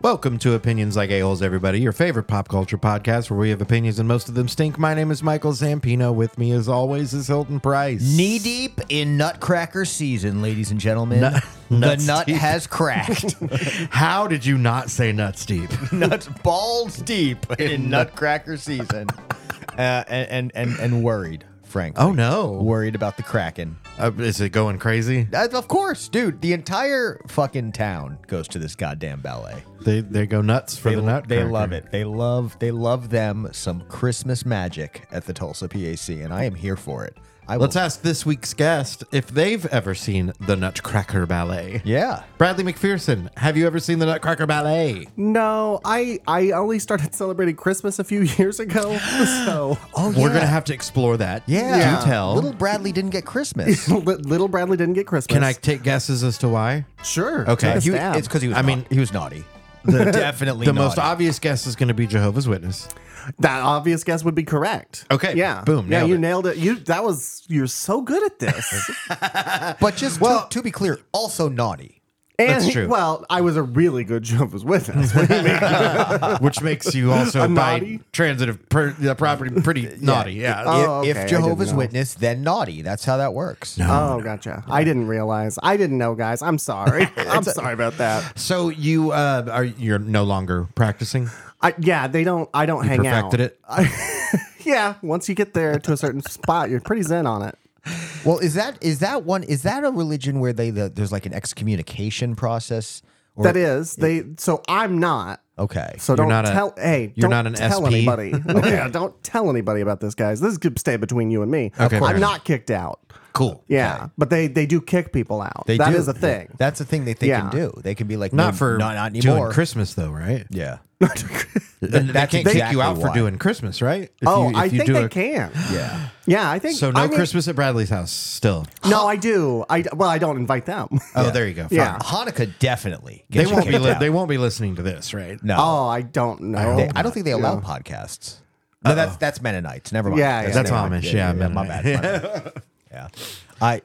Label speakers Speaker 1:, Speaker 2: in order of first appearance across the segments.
Speaker 1: Welcome to Opinions Like A-Holes, everybody, your favorite pop culture podcast where we have opinions and most of them stink. My name is Michael Zampino. With me, as always, is Hilton Price.
Speaker 2: Knee deep in Nutcracker season, ladies and gentlemen. the
Speaker 1: nuts
Speaker 2: nut
Speaker 1: deep.
Speaker 2: has cracked.
Speaker 1: How did you not say nuts deep?
Speaker 2: Nuts balls deep in Nutcracker season, uh, and, and and and worried, frankly.
Speaker 1: Oh, no.
Speaker 2: worried about the Kraken.
Speaker 1: Uh, is it going crazy?
Speaker 2: Uh, of course, dude. The entire fucking town goes to this goddamn ballet.
Speaker 1: They, they go nuts for
Speaker 2: They,
Speaker 1: the nut.
Speaker 2: they love it. They love they love them some Christmas magic at the Tulsa PAC, and I am here for it. I
Speaker 1: Let's
Speaker 2: will,
Speaker 1: ask this week's guest if they've ever seen the Nutcracker Ballet.
Speaker 2: yeah.
Speaker 1: Bradley McPherson, have you ever seen the Nutcracker Ballet?
Speaker 3: No, I I only started celebrating Christmas a few years ago. So
Speaker 2: Oh,
Speaker 1: We're going to have to explore that.
Speaker 2: yeah.
Speaker 1: Do tell.
Speaker 2: Little Bradley didn't get Christmas.
Speaker 3: Li- little Bradley didn't get Christmas.
Speaker 1: Can I take guesses as to why?
Speaker 3: Sure.
Speaker 1: Okay.
Speaker 3: Take a
Speaker 1: You-
Speaker 3: stab.
Speaker 2: it's because he was.
Speaker 1: I
Speaker 2: I
Speaker 1: mean-
Speaker 2: mean, he was naughty. Definitely
Speaker 1: The most
Speaker 2: naughty.
Speaker 1: obvious guess is going to be Jehovah's Witness.
Speaker 3: that obvious guess would be correct.
Speaker 1: Okay,
Speaker 3: Yeah.
Speaker 1: boom,
Speaker 3: Yeah.
Speaker 1: nailed
Speaker 3: you
Speaker 1: it.
Speaker 3: nailed it. You that was you're so good at this.
Speaker 2: But just to, to be clear, also naughty.
Speaker 3: and
Speaker 1: That's true.
Speaker 3: Well, I was a really good Jehovah's Witness. What do you mean?
Speaker 1: which makes you also
Speaker 3: A
Speaker 1: by
Speaker 3: naughty?
Speaker 1: transitive per, the property pretty naughty. Yeah.
Speaker 3: Oh, okay,
Speaker 2: if,
Speaker 3: I
Speaker 2: if
Speaker 3: didn't
Speaker 2: Jehovah's
Speaker 3: know.
Speaker 2: Witness, then naughty. That's how that works.
Speaker 3: oh, gotcha. I didn't realize. I didn't know, guys. I'm sorry. I'm sorry about that.
Speaker 1: so you uh, are you're no longer practicing.
Speaker 3: I, yeah, they don't. I don't hang out.
Speaker 1: Perfected it.
Speaker 3: Yeah. Once you get there to a certain spot, you're pretty zen on it.
Speaker 2: Well, is that is that one? Is that a religion where they the, there's like an excommunication process? Or,
Speaker 3: That is they. So I'm not.
Speaker 2: okay.
Speaker 3: So don't
Speaker 1: not a-
Speaker 3: tell. hey,
Speaker 1: you're
Speaker 3: don't
Speaker 1: not an
Speaker 3: tell
Speaker 1: SP.
Speaker 3: anybody. yeah, don't tell anybody about this, guys. This could stay between you and me.
Speaker 1: Okay, fair
Speaker 3: I'm
Speaker 1: enough.
Speaker 3: not kicked out.
Speaker 1: Cool.
Speaker 3: Yeah, but they they do kick people out. That
Speaker 2: They
Speaker 3: is
Speaker 2: do.
Speaker 3: a thing.
Speaker 2: That's a thing that they
Speaker 3: Yeah.
Speaker 2: can do. They can be like,
Speaker 1: Not
Speaker 2: no,
Speaker 1: for
Speaker 2: not, not
Speaker 1: doing
Speaker 2: anymore.
Speaker 1: Christmas though, right?
Speaker 2: yeah.
Speaker 1: And they
Speaker 2: that's
Speaker 1: can't kick
Speaker 2: exactly
Speaker 1: you out for
Speaker 2: why.
Speaker 1: doing Christmas, right? If
Speaker 3: oh,
Speaker 1: you- if
Speaker 3: I
Speaker 1: you
Speaker 3: think
Speaker 1: do
Speaker 3: they
Speaker 1: a-
Speaker 3: can.
Speaker 2: Yeah.
Speaker 3: Yeah, I think
Speaker 1: So no
Speaker 3: I mean-
Speaker 1: Christmas at Bradley's house still.
Speaker 3: No, I do. I well, I don't invite them.
Speaker 1: Oh, there you go. Fine.
Speaker 3: Yeah.
Speaker 2: Hanukkah definitely.
Speaker 1: They
Speaker 2: gets you
Speaker 1: won't be
Speaker 2: kicked
Speaker 1: li-
Speaker 2: out.
Speaker 1: they won't be listening to this, right?
Speaker 2: No.
Speaker 3: oh, I don't know.
Speaker 2: They- I don't think they allow podcasts. No, that's that's Mennonites. Never mind.
Speaker 3: Yeah, yeah.
Speaker 1: That's
Speaker 2: never mind.
Speaker 1: Amish. Yeah,
Speaker 2: my
Speaker 1: Mennonite.
Speaker 2: bad. my bad. yeah, I.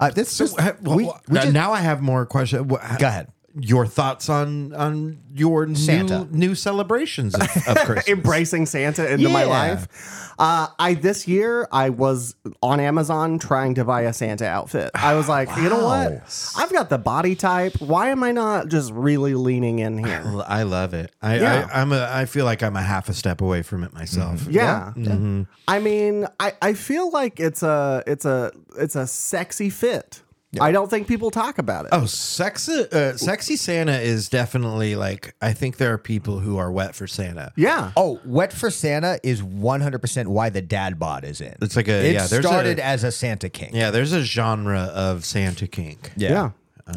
Speaker 2: Uh, this
Speaker 1: So,
Speaker 2: just-
Speaker 1: ha- well,
Speaker 2: we, we
Speaker 1: now-
Speaker 2: just,
Speaker 1: now I have more questions. Go
Speaker 2: Go ahead.
Speaker 1: Your thoughts on on your
Speaker 2: Santa.
Speaker 1: new new celebrations of, of Christmas?
Speaker 3: embracing Santa into my
Speaker 2: Yeah.
Speaker 3: life. Uh, I this year I was on Amazon trying to buy a Santa outfit. I was like, you know
Speaker 2: Wow.
Speaker 3: what? I've got the body type. Why am I not just really leaning in here?
Speaker 1: L- I love it. I,
Speaker 3: Yeah.
Speaker 1: I I'm a I feel like I'm a half a step away from it myself.
Speaker 2: Mm-hmm.
Speaker 3: Yeah. I mean, I, I feel like it's a it's a it's a sexy fit. I don't think people talk about it.
Speaker 1: Oh, sexy uh, sexy Santa is definitely like I think there are people who are wet for Santa.
Speaker 3: Yeah.
Speaker 2: oh, wet for Santa is one hundred percent why the dad bod is in.
Speaker 1: It's like a-
Speaker 2: It
Speaker 1: yeah, there's a-
Speaker 2: started as a Santa king.
Speaker 1: Yeah, there's a genre of Santa kink.
Speaker 3: Yeah.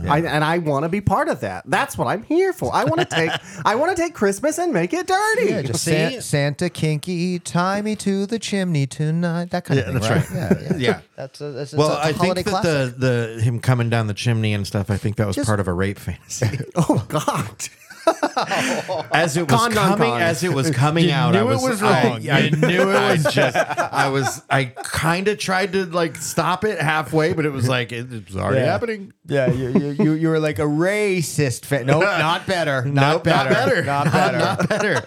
Speaker 3: I, and I want to be part of that. That's what I'm here for. I want to take I want to take Christmas and make it dirty.
Speaker 2: Yeah, just
Speaker 1: See?
Speaker 2: San- Santa kinky, tie me to the chimney tonight. That kind of thing.
Speaker 1: that's
Speaker 2: right. Yeah, yeah.
Speaker 1: Yeah.
Speaker 2: That's a, that's,
Speaker 1: Well,
Speaker 2: it's a
Speaker 1: I
Speaker 2: holiday
Speaker 1: think that
Speaker 2: classic.
Speaker 1: the the him coming down the chimney and stuff. I think that was
Speaker 2: Just-
Speaker 1: part of a rape fantasy.
Speaker 3: Oh God.
Speaker 1: As it was
Speaker 3: Con, con,
Speaker 1: coming,
Speaker 3: con.
Speaker 1: as it was coming out, I
Speaker 2: knew it
Speaker 1: was,
Speaker 2: was
Speaker 1: I-
Speaker 2: wrong.
Speaker 1: I, knew it was just. I was. I kind of tried to like stop it halfway, but it was like it, it was already
Speaker 2: Yeah.
Speaker 1: happening.
Speaker 2: Yeah, you, you, you, you were like a racist fan. Nope, not better.
Speaker 1: Nope,
Speaker 2: Not
Speaker 1: not
Speaker 2: better.
Speaker 1: better.
Speaker 2: Not better.
Speaker 1: Not better.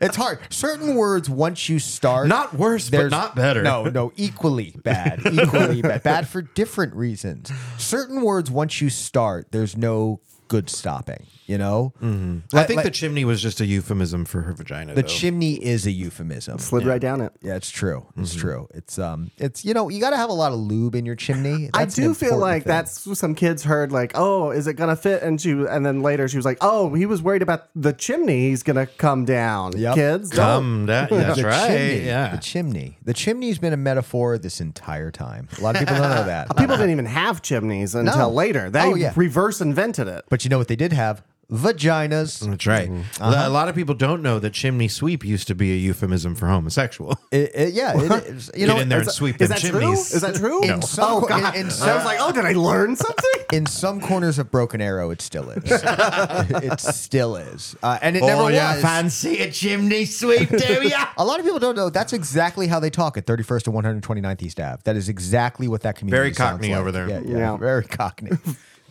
Speaker 2: It's hard. Certain words, once you start,
Speaker 1: Not worse, but
Speaker 2: there's-
Speaker 1: not better.
Speaker 2: No, no, equally bad. Equally bad. Bad for different reasons. Certain words, once you start, there's no good stopping. You know,
Speaker 1: Mm-hmm. I think the chimney was just a euphemism for her vagina.
Speaker 2: the
Speaker 1: though.
Speaker 2: chimney is a euphemism.
Speaker 3: Slid right down it.
Speaker 2: Yeah, it's true. It's
Speaker 1: Mm-hmm.
Speaker 2: true. It's um, it's you know, you got to have a lot of lube in your chimney. That's
Speaker 3: I
Speaker 2: an
Speaker 3: do feel
Speaker 2: important
Speaker 3: like
Speaker 2: thing.
Speaker 3: that's some kids heard like, "Oh, is it gonna fit?" And she, and then later she was like, "Oh, he was worried about the chimney. He's gonna come down."
Speaker 2: Yep.
Speaker 3: Kids, don't.
Speaker 1: Come down. That's
Speaker 2: Oh, the
Speaker 1: right.
Speaker 2: Chimney,
Speaker 1: Yeah.
Speaker 2: The chimney. The chimney's been a metaphor this entire time. A lot of people don't know that.
Speaker 3: people didn't even have chimneys until
Speaker 2: No.
Speaker 3: later. They
Speaker 2: Oh, yeah.
Speaker 3: reverse invented it.
Speaker 2: but you know what they did have? Vaginas.
Speaker 1: That's right.
Speaker 2: Uh-huh.
Speaker 1: A lot of people don't know that chimney sweep used to be a euphemism for homosexual.
Speaker 2: It- it- yeah. it is- you know,
Speaker 1: Get in there
Speaker 2: it's-
Speaker 1: and sweep
Speaker 3: Is
Speaker 1: them
Speaker 3: that
Speaker 1: chimneys.
Speaker 3: true? Is that true?
Speaker 2: In some
Speaker 3: oh
Speaker 2: qu-
Speaker 3: God!
Speaker 2: in- in
Speaker 3: I
Speaker 2: some-
Speaker 3: was like, "Oh, did I learn something?"
Speaker 2: in some corners of Broken Arrow, it still is. it still is, uh, and
Speaker 1: Oh,
Speaker 2: it never was.
Speaker 1: fancy a chimney sweep, do ya?
Speaker 2: a lot of people don't know that's exactly how they talk at 31st and 129th East Ave. That is exactly what that community
Speaker 1: Very
Speaker 2: sounds
Speaker 1: Cockney
Speaker 2: like.
Speaker 1: over there.
Speaker 2: Yeah, yeah,
Speaker 3: Yeah.
Speaker 2: very Cockney.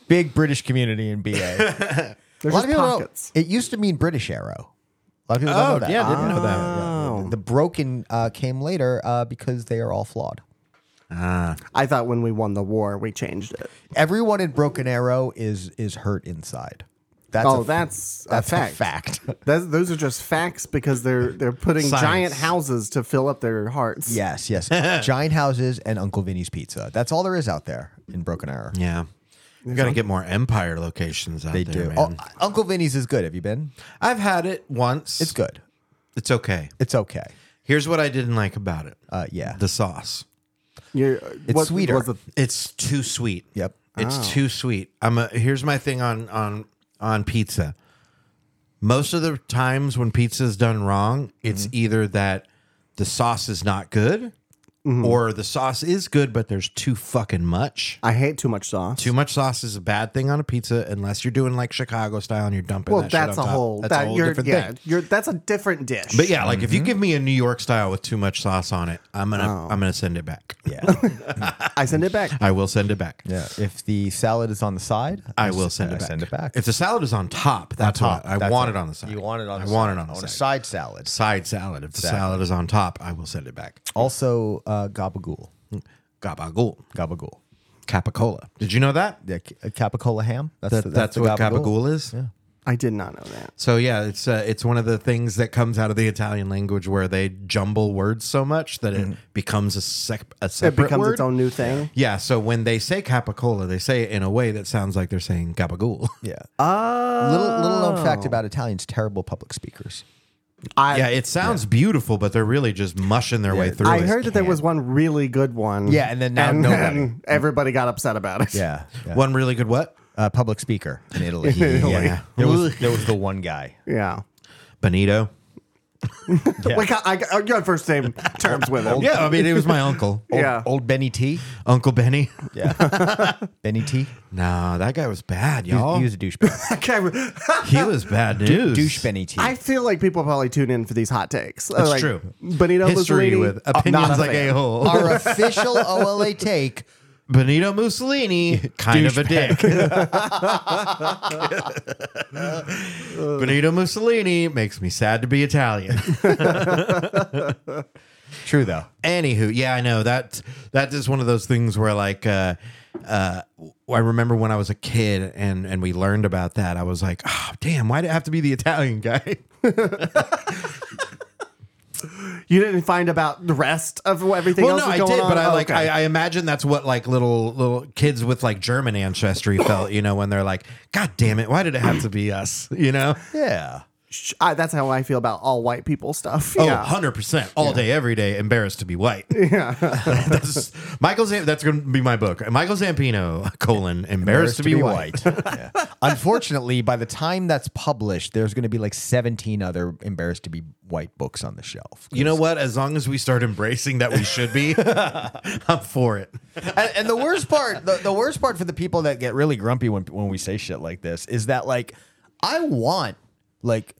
Speaker 2: Big British community in BA.
Speaker 3: There's
Speaker 2: a lot
Speaker 3: just
Speaker 2: of people don't-
Speaker 3: pockets.
Speaker 2: It used to mean British arrow. A lot of people don't know
Speaker 1: Oh,
Speaker 2: that.
Speaker 1: yeah, didn't know that.
Speaker 3: Oh.
Speaker 2: The broken uh, came later uh, because they are all flawed.
Speaker 3: I thought when we won the war, we changed it.
Speaker 2: Everyone in Broken Arrow is is hurt inside. That's
Speaker 3: oh,
Speaker 2: a,
Speaker 3: that's
Speaker 2: that's
Speaker 3: a fact.
Speaker 2: a fact.
Speaker 3: That's, those are just facts because they're they're putting
Speaker 1: Science.
Speaker 3: giant houses to fill up their hearts.
Speaker 2: yes, yes. Giant houses and Uncle Vinny's pizza. That's all there is out there in Broken Arrow.
Speaker 1: Yeah. We got to get more Empire locations out
Speaker 2: They
Speaker 1: there,
Speaker 2: do.
Speaker 1: man.
Speaker 2: Oh, Uncle Vinny's is good. Have you been?
Speaker 1: I've had it once.
Speaker 2: It's good.
Speaker 1: It's okay.
Speaker 2: It's okay.
Speaker 1: Here's what I didn't like about it.
Speaker 2: Uh, yeah.
Speaker 1: the sauce.
Speaker 3: You're, what
Speaker 2: sweeter.
Speaker 3: was it-
Speaker 1: It's too sweet.
Speaker 2: Yep.
Speaker 1: It's
Speaker 3: Oh.
Speaker 1: too sweet. I'm a, here's my thing on on on pizza. Most of the times when pizza is done wrong, it's
Speaker 3: Mm-hmm.
Speaker 1: either that the sauce is not good
Speaker 3: Mm-hmm.
Speaker 1: or the sauce is good but there's too fucking much.
Speaker 3: I hate too much sauce.
Speaker 1: Too much sauce is a bad thing on a pizza unless you're doing like Chicago style and you're dumping
Speaker 3: well,
Speaker 1: that shit
Speaker 3: that's a
Speaker 1: on top.
Speaker 3: whole
Speaker 1: that's
Speaker 3: that
Speaker 1: a whole
Speaker 3: you're,
Speaker 1: different
Speaker 3: yeah, Mm-hmm.
Speaker 1: thing.
Speaker 3: You're, that's a different dish.
Speaker 1: But yeah, like if you give me a New York style with too much sauce on it, I'm going to
Speaker 3: Oh.
Speaker 1: I'm going to send it back.
Speaker 2: Yeah.
Speaker 3: I send it back.
Speaker 1: I will send it back.
Speaker 2: yeah. If the salad is on the side, uh,
Speaker 1: I will send it back.
Speaker 2: Send it back.
Speaker 1: If the salad is on top, that's
Speaker 2: top,
Speaker 1: what I
Speaker 2: that's
Speaker 1: want
Speaker 2: it.
Speaker 1: it on the side.
Speaker 2: You want it on
Speaker 1: I
Speaker 2: the
Speaker 1: want
Speaker 2: side.
Speaker 1: it on the
Speaker 2: I want a
Speaker 1: side.
Speaker 2: side salad.
Speaker 1: Side salad. If the salad is on top, I will send it back. Mm.
Speaker 2: Also, uh, gabagool.
Speaker 1: Gabagool.
Speaker 2: Gabagool.
Speaker 1: Capicola. Did you know that?
Speaker 2: Yeah, ca- capicola ham. That's
Speaker 1: That-
Speaker 2: the-
Speaker 1: that's,
Speaker 2: the
Speaker 1: what gabagool is.
Speaker 3: I did not know that.
Speaker 1: So yeah, it's uh, it's one of the things that comes out of the Italian language where they jumble words so much that it
Speaker 2: Mm-hmm.
Speaker 1: becomes a, sec- a
Speaker 3: It
Speaker 1: separate
Speaker 3: becomes
Speaker 1: word.
Speaker 3: its own new thing.
Speaker 1: yeah, so when they say capicola, they say it in a way that sounds like they're saying gabagool.
Speaker 2: Yeah.
Speaker 3: Uh,
Speaker 2: little little known fact about Italians: terrible public speakers.
Speaker 3: I,
Speaker 1: yeah, it sounds beautiful, but they're really just mushing their way through.
Speaker 3: I
Speaker 1: it.
Speaker 3: heard that there was one really good one.
Speaker 2: Yeah, and then now
Speaker 3: and
Speaker 2: nobody.
Speaker 3: then everybody got upset about it.
Speaker 2: Yeah. yeah.
Speaker 1: one really good what?
Speaker 2: Uh, public speaker in Italy.
Speaker 1: Yeah.
Speaker 2: There was there was the one guy.
Speaker 3: yeah.
Speaker 1: Benito.
Speaker 2: Yeah.
Speaker 3: Like I, I, I got first name terms with him.
Speaker 1: Yeah, I mean, it was my uncle,
Speaker 2: Old,
Speaker 3: Yeah.
Speaker 2: old Benny T.
Speaker 1: Uncle Benny.
Speaker 2: Yeah. Benny T.
Speaker 1: No, that guy was bad,
Speaker 2: He
Speaker 1: y'all.
Speaker 2: was, he was a douchebag.
Speaker 3: Okay.
Speaker 1: He was bad news.
Speaker 2: Douche Benny T.
Speaker 3: I feel like people probably tune in for these hot takes. That's
Speaker 1: true.
Speaker 3: Benito
Speaker 1: History
Speaker 3: Mussolini,
Speaker 1: with
Speaker 3: not
Speaker 1: opinions like
Speaker 3: fan.
Speaker 1: a hole.
Speaker 2: Our official OLA take.
Speaker 1: Benito Mussolini, kind of a dick. Benito Mussolini makes me sad to be Italian.
Speaker 2: True though.
Speaker 1: Anywho, yeah, I know that that is one of those things where like uh uh I remember when I was a kid and and we learned about that, I was like, oh damn, why'd it have to be the Italian guy?
Speaker 3: You didn't find about the rest of everything
Speaker 1: Well,
Speaker 3: else
Speaker 1: no,
Speaker 3: that's
Speaker 1: I
Speaker 3: going
Speaker 1: did,
Speaker 3: on?
Speaker 1: but I
Speaker 3: Oh,
Speaker 1: like
Speaker 3: okay.
Speaker 1: I, I imagine that's what like little little kids with like German ancestry felt, you know, when they're like, God damn it, why did it have to be us? You know?
Speaker 2: Yeah.
Speaker 3: Sh- I- that's how I feel about all white people stuff.
Speaker 1: Oh,
Speaker 3: yeah.
Speaker 1: 100% all day, every day, embarrassed to be white.
Speaker 3: Yeah.
Speaker 1: that's Michael Zam- that's going to be my book. Michael Zampino, colon, embarrassed, to be, white.
Speaker 2: Yeah. Unfortunately, by the time that's published, there's going to be like 17 other embarrassed to be white books on the shelf.
Speaker 1: You know what? As long as we start embracing that we should be, I'm for it.
Speaker 2: and, and the worst part, the, the worst part for the people that get really grumpy when when we say shit like this is that like I want like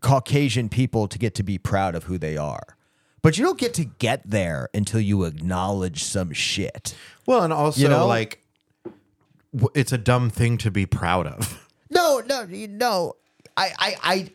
Speaker 2: Caucasian people to get to be proud of who they are. But you don't get to get there until you acknowledge some shit.
Speaker 1: Well, and also
Speaker 2: You know?
Speaker 1: like w- it's a dumb thing to be proud of.
Speaker 2: No, no, you- no. I, I, I,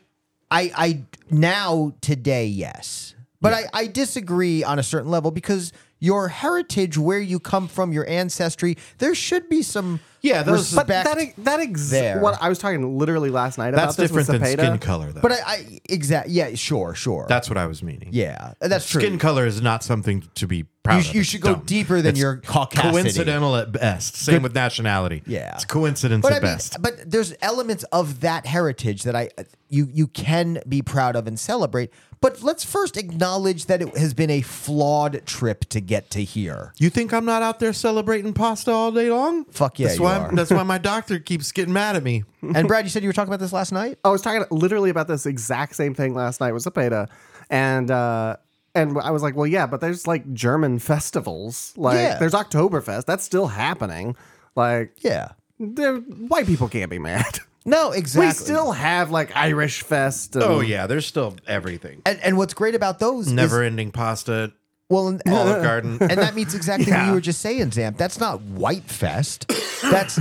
Speaker 2: I, I now today, yes, but I, I disagree on a certain level because your heritage, where you come from, your ancestry, there should be some
Speaker 1: Yeah, those-
Speaker 3: But
Speaker 2: respect.
Speaker 3: that ex- that ex-
Speaker 2: there.
Speaker 3: what I was talking literally last night
Speaker 1: That's
Speaker 3: about this
Speaker 1: different
Speaker 3: with
Speaker 1: than
Speaker 3: Cepeda.
Speaker 1: skin color though.
Speaker 2: But I, I exact yeah, sure, sure.
Speaker 1: that's what I was meaning.
Speaker 2: yeah, that's true.
Speaker 1: Skin color is not something to be proud
Speaker 2: you,
Speaker 1: of.
Speaker 2: sh- you
Speaker 1: It's
Speaker 2: should go
Speaker 1: dumb.
Speaker 2: deeper than
Speaker 1: It's
Speaker 2: your caucasity.
Speaker 1: coincidental at best. Same with nationality.
Speaker 2: Yeah.
Speaker 1: It's coincidence
Speaker 2: But
Speaker 1: at
Speaker 2: I mean,
Speaker 1: best.
Speaker 2: but there's elements of that heritage that I you you can be proud of and celebrate. But let's first acknowledge that it has been a flawed trip to get to here.
Speaker 1: You think I'm not out there celebrating pasta all day long?
Speaker 2: Fuck yeah,
Speaker 1: That's
Speaker 2: you
Speaker 1: why
Speaker 2: are.
Speaker 1: that's why my doctor keeps getting mad at me.
Speaker 2: And Brad, you said you were talking about this last night.
Speaker 3: I was talking literally about this exact same thing last night with Cepeda, and uh, and I was like, well, yeah, but there's like German festivals, like
Speaker 2: Yeah.
Speaker 3: there's Oktoberfest, that's still happening. Like,
Speaker 2: Yeah.
Speaker 3: there- white people can't be mad.
Speaker 2: No, exactly.
Speaker 3: We still have like Irish Fest. and-
Speaker 1: Oh yeah, there's still everything.
Speaker 2: And, and what's great about those
Speaker 1: Never
Speaker 2: is,
Speaker 1: ending pasta,
Speaker 2: well, and,
Speaker 1: Olive Garden.
Speaker 2: and that means exactly what
Speaker 3: Yeah.
Speaker 2: you were just saying, Zamp. That's not White Fest. That's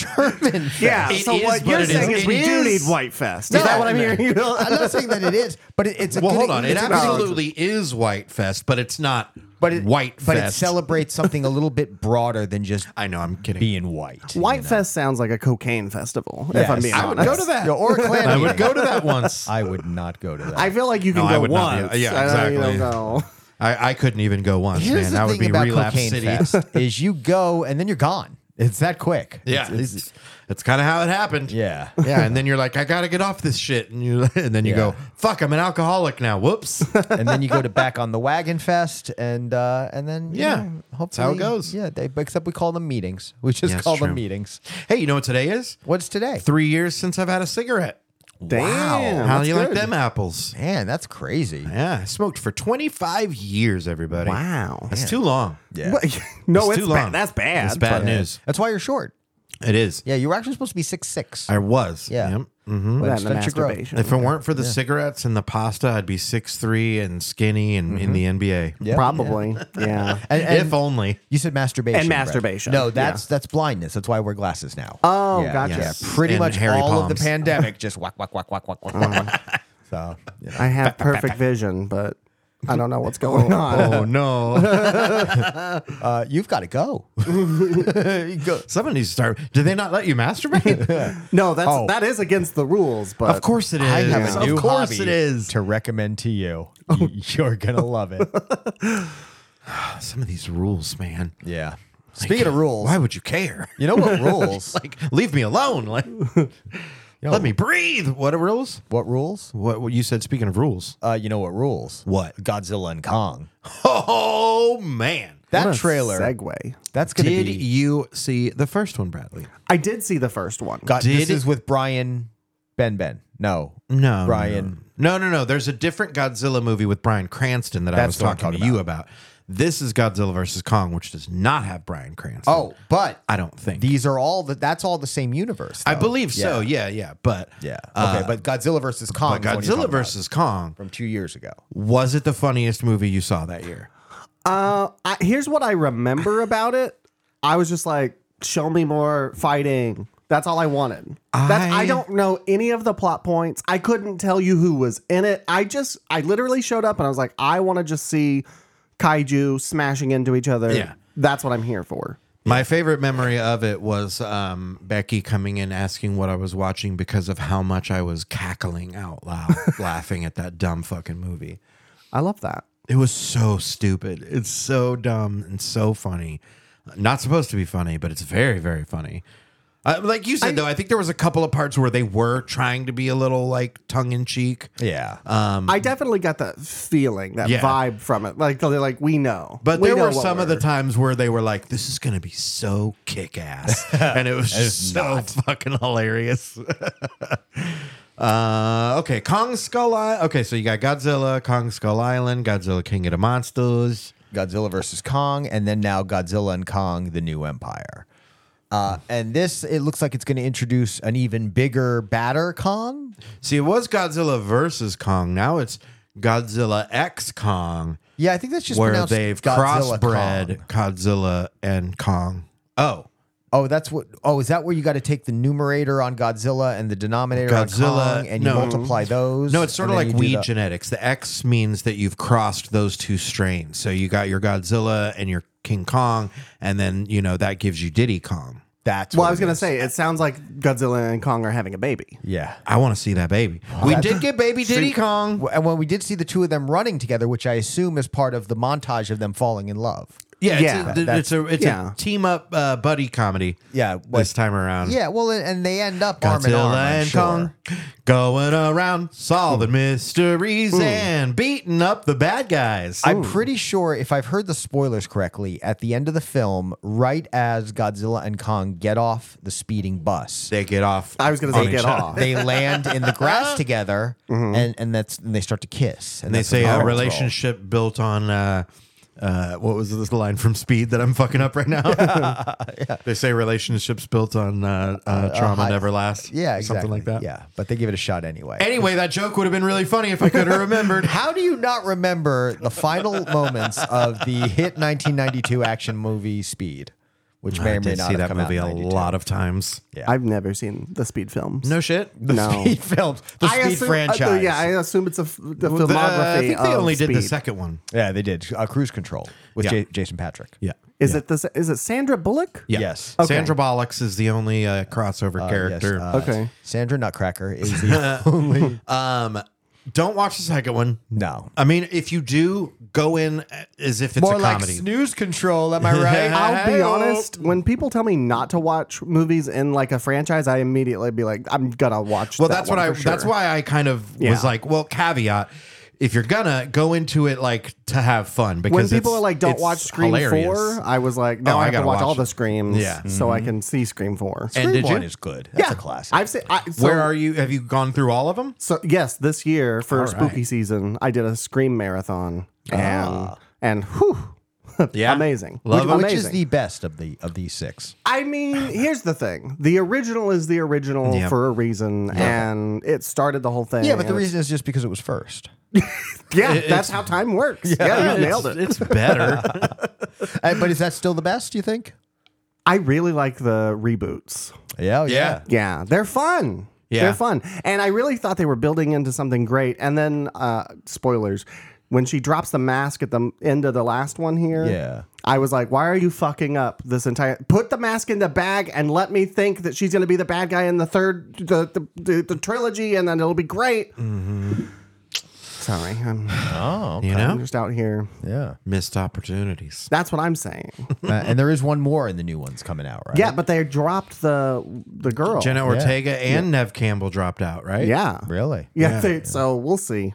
Speaker 2: German fest.
Speaker 3: Yeah.
Speaker 1: It
Speaker 3: so
Speaker 1: is,
Speaker 3: what
Speaker 1: but
Speaker 3: you're
Speaker 1: it
Speaker 3: saying
Speaker 1: is-
Speaker 3: is, we
Speaker 2: it
Speaker 3: do
Speaker 2: is-
Speaker 3: need White Fest.
Speaker 2: No,
Speaker 3: is that what I'm
Speaker 2: no.
Speaker 3: hearing?
Speaker 2: I'm not saying that it is, but it, it's a
Speaker 1: Well,
Speaker 2: good-
Speaker 1: hold on. It
Speaker 2: it's a-
Speaker 1: absolutely is White Fest, but it's not
Speaker 2: but it,
Speaker 1: White
Speaker 2: but it
Speaker 1: Fest.
Speaker 2: celebrates something a little bit broader than just
Speaker 1: I know, I'm kidding.
Speaker 2: being white.
Speaker 3: White Fest sounds like a cocaine festival, if I'm
Speaker 2: Yes.
Speaker 3: being
Speaker 2: I
Speaker 1: would
Speaker 3: honest.
Speaker 1: go to that.
Speaker 2: Yeah, or a Klan
Speaker 1: I would
Speaker 2: meeting.
Speaker 1: go to that once. I,
Speaker 2: I would not go to that.
Speaker 3: I feel like you can
Speaker 1: No, I
Speaker 3: go
Speaker 1: would not be-
Speaker 3: once.
Speaker 1: yeah,
Speaker 3: I don't- you
Speaker 1: exactly.
Speaker 3: don't go.
Speaker 1: I couldn't even go once,
Speaker 2: Here's
Speaker 1: man.
Speaker 2: the
Speaker 1: That would
Speaker 2: thing
Speaker 1: be
Speaker 2: about
Speaker 1: relapse
Speaker 2: Cocaine
Speaker 1: city.
Speaker 2: Fest is you go and then you're gone. It's that quick.
Speaker 1: Yeah,
Speaker 2: It's-
Speaker 1: it's,
Speaker 2: it's-
Speaker 1: it's, kind of how it happened.
Speaker 2: Yeah.
Speaker 1: yeah. And then you're like, I gotta get off this shit, and you and then you go,
Speaker 2: Yeah.
Speaker 1: fuck, I'm an alcoholic now. Whoops.
Speaker 2: and then you go to back on the wagon fest, and uh, and then you
Speaker 1: Yeah.
Speaker 2: know, hopefully
Speaker 1: That's how it goes.
Speaker 2: Yeah, they, except we call them meetings. We just
Speaker 1: Yeah, it's
Speaker 2: call
Speaker 1: true.
Speaker 2: them meetings.
Speaker 1: hey, you know what today is?
Speaker 2: What's today?
Speaker 1: Three years since I've had a cigarette.
Speaker 3: Damn.
Speaker 1: How
Speaker 3: that's
Speaker 1: do you like
Speaker 3: good.
Speaker 1: them apples?
Speaker 2: Man, that's crazy.
Speaker 1: Yeah, I smoked for 25 years, everybody.
Speaker 3: Wow.
Speaker 1: That's too long.
Speaker 2: Yeah,
Speaker 3: What- no,
Speaker 1: It's
Speaker 3: it's,
Speaker 1: too long.
Speaker 3: bad. That's bad.
Speaker 1: It's bad news.
Speaker 2: that's why you're short.
Speaker 1: It is.
Speaker 2: Yeah, you were actually supposed to be six six.
Speaker 1: I was.
Speaker 2: Yeah.
Speaker 1: Yep. Mhm.
Speaker 3: but- That
Speaker 2: It's
Speaker 3: and the
Speaker 2: such a growth.
Speaker 3: masturbation.
Speaker 1: If it weren't for the cigarettes and the pasta, I'd be six three and skinny and in the NBA.
Speaker 2: yeah.
Speaker 3: Probably. Yeah.
Speaker 2: And, and
Speaker 1: if only.
Speaker 2: you said masturbation
Speaker 3: And
Speaker 2: Brett.
Speaker 3: masturbation,
Speaker 2: No, that's that's blindness. That's why I wear glasses now.
Speaker 3: Oh,
Speaker 2: yeah,
Speaker 3: gotcha.
Speaker 2: Yeah, pretty
Speaker 1: And
Speaker 2: much
Speaker 1: hairy
Speaker 2: all of
Speaker 1: palms. Uh-huh.
Speaker 2: the pandemic just whack whack whack whack whack whack. whack. so yeah.
Speaker 3: I have perfect vision, but I don't know what's going on.
Speaker 1: Oh no!
Speaker 2: uh, you've got to go. go.
Speaker 1: Someone needs to start. Did they not let you masturbate?
Speaker 3: No, that's
Speaker 2: Oh.
Speaker 3: that is against the rules, but
Speaker 1: of course it is.
Speaker 2: I have a new
Speaker 1: of course
Speaker 2: hobby
Speaker 1: it is.
Speaker 2: to recommend to you. You're gonna love it.
Speaker 1: Some of these rules, man.
Speaker 2: Yeah. Speaking of rules,
Speaker 1: Why would you care?
Speaker 2: you know what rules?
Speaker 1: Like, leave me alone. Like, let me breathe. What are rules?
Speaker 2: what rules?
Speaker 1: What, what you said? Speaking of rules,
Speaker 2: Uh, you know what rules?
Speaker 1: What?
Speaker 2: Godzilla and Kong.
Speaker 1: oh man,
Speaker 2: That
Speaker 3: What a
Speaker 2: trailer.
Speaker 3: segue.
Speaker 2: That's gonna
Speaker 1: did
Speaker 2: be.
Speaker 1: you see the first one, Bradley?
Speaker 3: I did see the first one.
Speaker 2: God,
Speaker 1: did
Speaker 2: this
Speaker 1: it-
Speaker 2: is with Brian Ben Ben. No.
Speaker 1: No,
Speaker 2: Brian.
Speaker 1: No, no, no. no. There's a different Godzilla movie with Brian Cranston that I was
Speaker 2: That's the one I'm
Speaker 1: talking, to
Speaker 2: talking
Speaker 1: you about. This is Godzilla versus Kong, which does not have Brian Cranston.
Speaker 2: Oh, but
Speaker 1: I don't think.
Speaker 2: these are all the, that's all the same universe.
Speaker 1: I
Speaker 2: though.
Speaker 1: believe so. Yeah, yeah. But
Speaker 2: Yeah.
Speaker 1: uh,
Speaker 2: okay, but Godzilla versus
Speaker 1: but
Speaker 2: Kong. is what you're talking
Speaker 1: Godzilla
Speaker 2: about,
Speaker 1: versus Kong
Speaker 2: from two years ago.
Speaker 1: was it the funniest movie you saw that year?
Speaker 3: Uh, I, here's what I remember about it. I was just like, show me more fighting. That's all I wanted. That's,
Speaker 1: I-
Speaker 3: I don't know any of the plot points. I couldn't tell you who was in it. I just, I literally showed up and I was like, I want to just see kaiju smashing into each other.
Speaker 1: Yeah.
Speaker 3: That's what I'm here for.
Speaker 1: My favorite memory of it was um, Becky coming in asking what I was watching because of how much I was cackling out loud, laughing at that dumb fucking movie.
Speaker 3: I love that.
Speaker 1: It was so stupid. It's so dumb and so funny. Not supposed to be funny, but it's very, very funny. Uh, like you said, though, I think there was a couple of parts where they were trying to be a little like tongue in cheek.
Speaker 2: Yeah.
Speaker 3: I definitely got that feeling, that
Speaker 1: Um, Yeah.
Speaker 3: vibe from it. Like, they're like, we know.
Speaker 1: But
Speaker 3: We
Speaker 1: there
Speaker 3: know
Speaker 1: were
Speaker 3: what
Speaker 1: some of the
Speaker 3: we're-
Speaker 1: times where they were like, "This is going to be so kick ass," and it was just so fucking hilarious. uh, okay, Kong Skull Island. Okay, so you got Godzilla, Kong Skull Island, Godzilla King of the Monsters.
Speaker 2: Godzilla versus Kong, and then now Godzilla and Kong: The New Empire. Uh, and this, it looks like it's going to introduce an even bigger, badder Kong.
Speaker 1: See, it was Godzilla versus Kong. Now it's Godzilla X Kong,
Speaker 2: Yeah, I think that's just
Speaker 1: where
Speaker 2: pronounced
Speaker 1: they've
Speaker 2: Godzilla
Speaker 1: crossbred
Speaker 2: Kong.
Speaker 1: Godzilla and Kong. Oh,
Speaker 2: Oh, that's what. Oh, is that where you got to take the numerator on Godzilla and the denominator
Speaker 1: Godzilla-
Speaker 2: on Kong, and
Speaker 1: no.
Speaker 2: you multiply those?
Speaker 1: No, it's sort of
Speaker 2: and then
Speaker 1: like
Speaker 2: you do
Speaker 1: weed
Speaker 2: the-
Speaker 1: genetics. The X means that you've crossed those two strains. So you got your Godzilla and your King Kong, and then you know that gives you Diddy Kong.
Speaker 2: That's
Speaker 3: Well,
Speaker 2: what
Speaker 3: I was
Speaker 2: it
Speaker 3: going to
Speaker 2: is.
Speaker 3: say, it sounds like Godzilla and Kong are having a baby.
Speaker 2: Yeah.
Speaker 1: I want to see that baby. we did get baby Diddy Kong.
Speaker 2: And when we did see the two of them running together, which I assume is part of the montage of them falling in love.
Speaker 1: Yeah,
Speaker 3: Yeah,
Speaker 1: it's a, it's a it's
Speaker 3: yeah.
Speaker 1: a team up uh, buddy comedy.
Speaker 2: Yeah,
Speaker 1: this
Speaker 2: what-
Speaker 1: time around.
Speaker 2: Yeah, well, and- and they end up arm in
Speaker 1: Godzilla
Speaker 2: arm. I'm
Speaker 1: and
Speaker 2: sure.
Speaker 1: Kong going around solving mysteries and beating up the bad guys.
Speaker 2: I'm pretty sure if I've heard the spoilers correctly, at the end of the film, right as Godzilla and Kong get off the speeding bus,
Speaker 1: they get off.
Speaker 3: I was going to
Speaker 1: on
Speaker 3: say,
Speaker 1: each
Speaker 3: get
Speaker 1: other.
Speaker 3: off.
Speaker 2: they land in the grass together, and and that's and they start to kiss, and
Speaker 1: They
Speaker 2: that's
Speaker 1: say
Speaker 2: when the
Speaker 1: a
Speaker 2: credits roll.
Speaker 1: relationship built on uh, uh, what was this line from Speed that I'm fucking up right now? They say relationships built on uh, uh, trauma never lasts.
Speaker 2: yeah, exactly.
Speaker 1: something like that.
Speaker 2: Yeah, but they give it a shot anyway.
Speaker 1: Anyway, that joke would have been really funny if I could have remembered.
Speaker 2: How do you not remember the final moments of the hit 1992 action movie Speed? which
Speaker 1: I
Speaker 2: may or
Speaker 1: did
Speaker 2: may not
Speaker 1: see
Speaker 2: have
Speaker 1: that
Speaker 2: come
Speaker 1: movie
Speaker 2: out
Speaker 1: a
Speaker 2: in 92.
Speaker 1: lot of times.
Speaker 2: Yeah.
Speaker 3: I've never seen the Speed films.
Speaker 1: No shit.
Speaker 2: The
Speaker 3: No.
Speaker 2: Speed films, the
Speaker 3: I
Speaker 2: Speed
Speaker 3: assume,
Speaker 2: franchise.
Speaker 3: uh, yeah, I assume it's a f- the uh,
Speaker 1: The- uh,
Speaker 3: filmography.
Speaker 1: I think they
Speaker 3: of
Speaker 1: only did the
Speaker 3: Speed.
Speaker 1: second one.
Speaker 2: Yeah, they did. Uh, Cruise Control with
Speaker 1: Yeah.
Speaker 2: J- Jason Patrick.
Speaker 1: Yeah.
Speaker 3: Is it this? Is it Sandra Bullock?
Speaker 1: Yeah.
Speaker 2: Yes.
Speaker 3: Okay.
Speaker 1: Sandra Bollocks is the only uh, crossover
Speaker 2: Yes,
Speaker 1: character.
Speaker 2: uh,
Speaker 3: Okay.
Speaker 2: Sandra Nutcracker is the only.
Speaker 1: um, don't watch the second one.
Speaker 2: No.
Speaker 1: I mean, if you do, go in as if it's
Speaker 2: More
Speaker 1: a
Speaker 2: like
Speaker 1: comedy.
Speaker 2: snooze control, am I right?
Speaker 3: I'll be
Speaker 2: Hey-o.
Speaker 1: oh.
Speaker 3: honest. When people tell me not to watch movies in like a franchise, I immediately be like, I'm gonna watch.
Speaker 1: well,
Speaker 3: that
Speaker 1: that's
Speaker 3: one
Speaker 1: what I.
Speaker 3: for sure.
Speaker 1: That's why I kind of
Speaker 3: Yeah.
Speaker 1: was like, well, caveat. If you're gonna go into it like to have fun,
Speaker 3: When
Speaker 1: because
Speaker 3: people
Speaker 1: it's-
Speaker 3: are like, "Don't
Speaker 1: it's
Speaker 3: watch Scream
Speaker 1: hilarious.
Speaker 3: 4, I was like,
Speaker 1: Oh,
Speaker 3: "No,
Speaker 1: I
Speaker 3: I, have to
Speaker 1: gotta
Speaker 3: watch, all
Speaker 1: watch
Speaker 3: the
Speaker 1: it.
Speaker 3: screams,
Speaker 1: Yeah. Mm-hmm.
Speaker 3: so I can see Scream 4.
Speaker 1: And did
Speaker 2: Scream
Speaker 1: you?
Speaker 2: One is good. That's
Speaker 3: yeah,
Speaker 2: a classic.
Speaker 3: I've seen. I, so,
Speaker 1: Where are you? Have you gone through all of them?
Speaker 3: So yes, this year for
Speaker 1: All right.
Speaker 3: spooky season, I did a Scream marathon, and and whew,
Speaker 1: Yeah.
Speaker 3: amazing.
Speaker 1: Love
Speaker 3: Which-
Speaker 1: it.
Speaker 2: Which
Speaker 3: amazing.
Speaker 2: is the best of the of these six?
Speaker 3: I mean, here's the thing: the original is the original
Speaker 1: Yeah.
Speaker 3: for a reason, and it started the whole thing.
Speaker 2: Yeah, but the
Speaker 3: and
Speaker 2: reason is just because it was first.
Speaker 3: it's- yeah, that's how time works. Yeah, you nailed it.
Speaker 1: It's better.
Speaker 2: Uh, but is that still the best? You think?
Speaker 3: I really like the reboots.
Speaker 2: Yeah,
Speaker 1: Yeah.
Speaker 3: Yeah, they're fun.
Speaker 1: Yeah.
Speaker 3: They're fun. And I really thought they were building into something great. And then, uh, spoilers, when she drops the mask at the end of the last one here,
Speaker 2: Yeah.
Speaker 3: I was like, why are you fucking up this entire. Put the mask in the bag and let me think that she's going to be the bad guy in the third, the, the, the, the trilogy, and then it'll be great.
Speaker 1: Mm-hmm.
Speaker 3: Sorry, I'm,
Speaker 2: Oh,
Speaker 1: You
Speaker 3: I'm
Speaker 1: know,
Speaker 3: just out here.
Speaker 2: yeah.
Speaker 1: missed opportunities.
Speaker 3: That's what I'm saying.
Speaker 2: Uh, and there is one more in the new ones coming out, right?
Speaker 3: yeah, but they dropped the the girl.
Speaker 1: Jenna Ortega and Nev Campbell dropped out, right?
Speaker 3: yeah.
Speaker 2: Really?
Speaker 3: Yeah, they- so we'll see.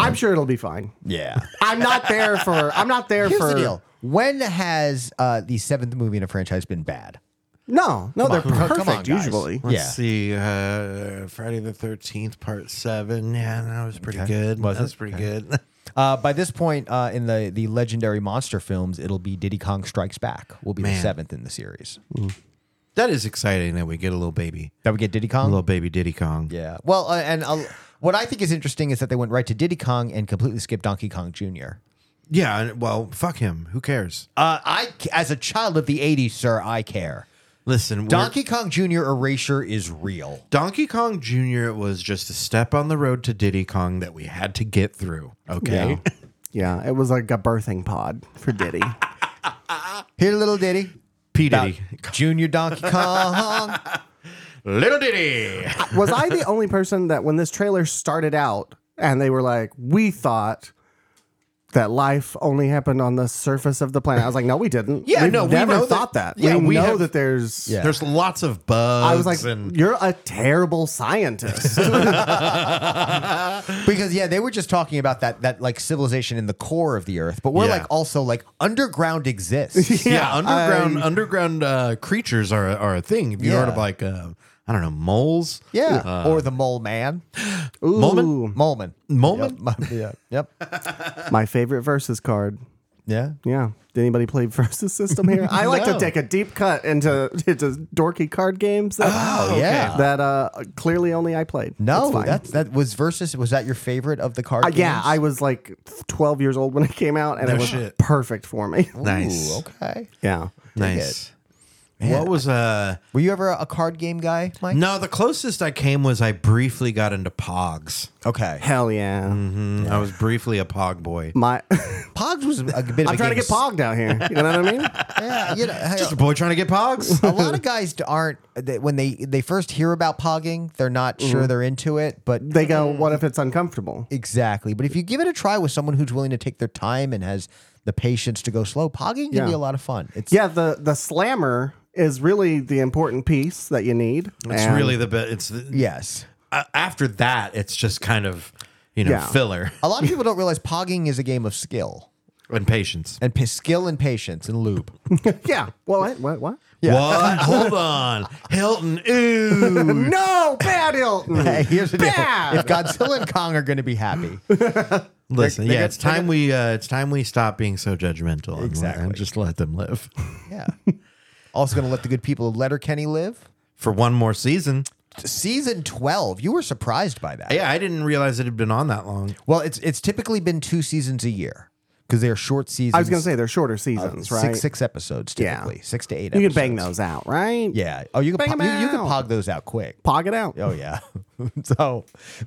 Speaker 3: I'm sure it'll be fine.
Speaker 2: Yeah.
Speaker 3: I'm not there for. I'm not there
Speaker 2: Here's
Speaker 3: for.
Speaker 2: the deal. When has uh, the seventh movie in a franchise been bad?
Speaker 3: No, no, they're
Speaker 2: Come on, guys.
Speaker 3: perfect usually.
Speaker 1: Let's
Speaker 2: Yeah.
Speaker 1: see. Uh, Friday the Thirteenth, Part Seven. Yeah, that was pretty good.
Speaker 2: Was
Speaker 1: that was pretty good.
Speaker 2: Uh, by this point uh, in the the legendary monster films, it'll be Diddy Kong Strikes Back. Will be the
Speaker 1: Man.
Speaker 2: seventh in the series.
Speaker 1: that is exciting that we get a little baby,
Speaker 2: That we get Diddy
Speaker 1: a
Speaker 2: Kong.
Speaker 1: little baby Diddy Kong.
Speaker 2: Yeah. Well, uh, and uh, what I think is interesting is that they went right to Diddy Kong and completely skipped Donkey Kong Jr.
Speaker 1: Yeah, and- Well, fuck him. Who cares?
Speaker 2: Uh, I, as a child of the '80s, sir, I care.
Speaker 1: Listen, we're-
Speaker 2: Donkey Kong Jr. erasure is real.
Speaker 1: Donkey Kong Jr. was just a step on the road to Diddy Kong that we had to get through. Okay.
Speaker 3: Yeah, it was like a birthing pod for Diddy.
Speaker 2: Here, little Diddy,
Speaker 1: P Diddy,
Speaker 2: Junior Donkey Kong.
Speaker 1: little Diddy.
Speaker 3: was I the only person that when this trailer started out and they were like, we thought that life only happened on the surface of the planet? I was like, no, we didn't.
Speaker 1: Yeah,
Speaker 3: We've
Speaker 1: no, we
Speaker 3: never
Speaker 1: know that-
Speaker 3: thought that.
Speaker 1: yeah,
Speaker 3: we,
Speaker 1: we
Speaker 3: know
Speaker 1: have-
Speaker 3: that there's.
Speaker 2: Yeah.
Speaker 1: There's lots of bugs.
Speaker 3: I was like,
Speaker 1: and
Speaker 3: you're a terrible scientist.
Speaker 2: because yeah, they were just talking about that that like civilization in the core of the earth, but we're
Speaker 1: Yeah.
Speaker 2: like also like underground exists.
Speaker 1: yeah,
Speaker 3: yeah,
Speaker 1: underground
Speaker 3: I-
Speaker 1: underground uh, creatures are are a thing. If you
Speaker 2: Yeah.
Speaker 1: heard of like uh, I don't know moles,
Speaker 2: yeah, or the mole man,
Speaker 1: Moment?
Speaker 2: moleman,
Speaker 1: Moleman?
Speaker 2: Yep. yeah, yep,
Speaker 3: My favorite versus card.
Speaker 2: yeah.
Speaker 3: Yeah. Did anybody play versus system here? I like to
Speaker 1: No.
Speaker 3: take a deep cut into into dorky card games that,
Speaker 2: Oh yeah.
Speaker 3: that uh, clearly only I played. It's
Speaker 2: No,
Speaker 3: fine.
Speaker 2: that's that was versus. Was that your favorite of the card?
Speaker 3: Uh, yeah. I
Speaker 2: games?
Speaker 3: was like 12 years old when it came out, and
Speaker 1: No
Speaker 3: it was
Speaker 1: shit.
Speaker 3: perfect for me.
Speaker 1: Nice,
Speaker 2: Ooh, okay.
Speaker 3: yeah.
Speaker 1: nice. What was uh
Speaker 2: Were you ever a a card game guy, Mike?
Speaker 1: no the closest I came was I briefly got into Pogs.
Speaker 2: Okay.
Speaker 3: Hell yeah.
Speaker 1: Mm, I was briefly a Pog boy,
Speaker 3: My
Speaker 2: Pogs was a bit of a
Speaker 3: I'm trying to
Speaker 2: game
Speaker 3: get
Speaker 2: of-
Speaker 3: pogged out here. You know what I mean?
Speaker 2: Yeah, you know, hey,
Speaker 1: just a boy trying to get Pogs.
Speaker 2: a lot of guys d- aren't they, when they they first hear about pogging, they're not sure they're into it, but
Speaker 3: They go, what if it's uncomfortable?
Speaker 2: exactly. But if you give it a try with someone who's willing to take their time and has the patience to go slow, pogging can
Speaker 3: Yeah.
Speaker 2: be a lot of fun. It's
Speaker 3: Yeah. The, the slammer is really the important piece that you need.
Speaker 1: It's
Speaker 3: and-
Speaker 1: really the best. It's the,
Speaker 2: yes.
Speaker 1: uh, after that, it's just kind of you know
Speaker 3: Yeah.
Speaker 1: filler
Speaker 2: A lot of people don't realize pogging is a game of skill
Speaker 1: and patience.
Speaker 2: and p- skill and patience and lube.
Speaker 3: Yeah. Well, what? What? what?
Speaker 1: What? Hold on, Hilton. Ooh,
Speaker 3: No, bad Hilton.
Speaker 2: Hey, here's the deal.
Speaker 3: Bad.
Speaker 2: If Godzilla and Kong are going to be happy,
Speaker 1: listen,
Speaker 2: They're- they're
Speaker 1: yeah,
Speaker 2: gonna-
Speaker 1: it's time we uh, it's time we stop being so judgmental and-
Speaker 2: Exactly.
Speaker 1: and just let them live
Speaker 2: yeah. Also going to let the good people of Letterkenny live.
Speaker 1: for one more season.
Speaker 2: Season 12. You were surprised by that.
Speaker 1: Yeah, I didn't realize it had been on that long.
Speaker 2: Well, it's it's typically been two seasons a year. because they're short seasons.
Speaker 3: I was going to say they're shorter seasons,
Speaker 1: Oh,
Speaker 3: right?
Speaker 2: six six episodes
Speaker 3: Yeah.
Speaker 2: typically, six to eight.
Speaker 3: you can bang
Speaker 2: episodes.
Speaker 3: those out, right?
Speaker 2: Yeah. Oh, you can
Speaker 3: Bang
Speaker 2: po-
Speaker 3: 'em
Speaker 2: you, you can
Speaker 3: out.
Speaker 2: pog those out quick.
Speaker 3: Pog it out.
Speaker 2: Oh yeah. so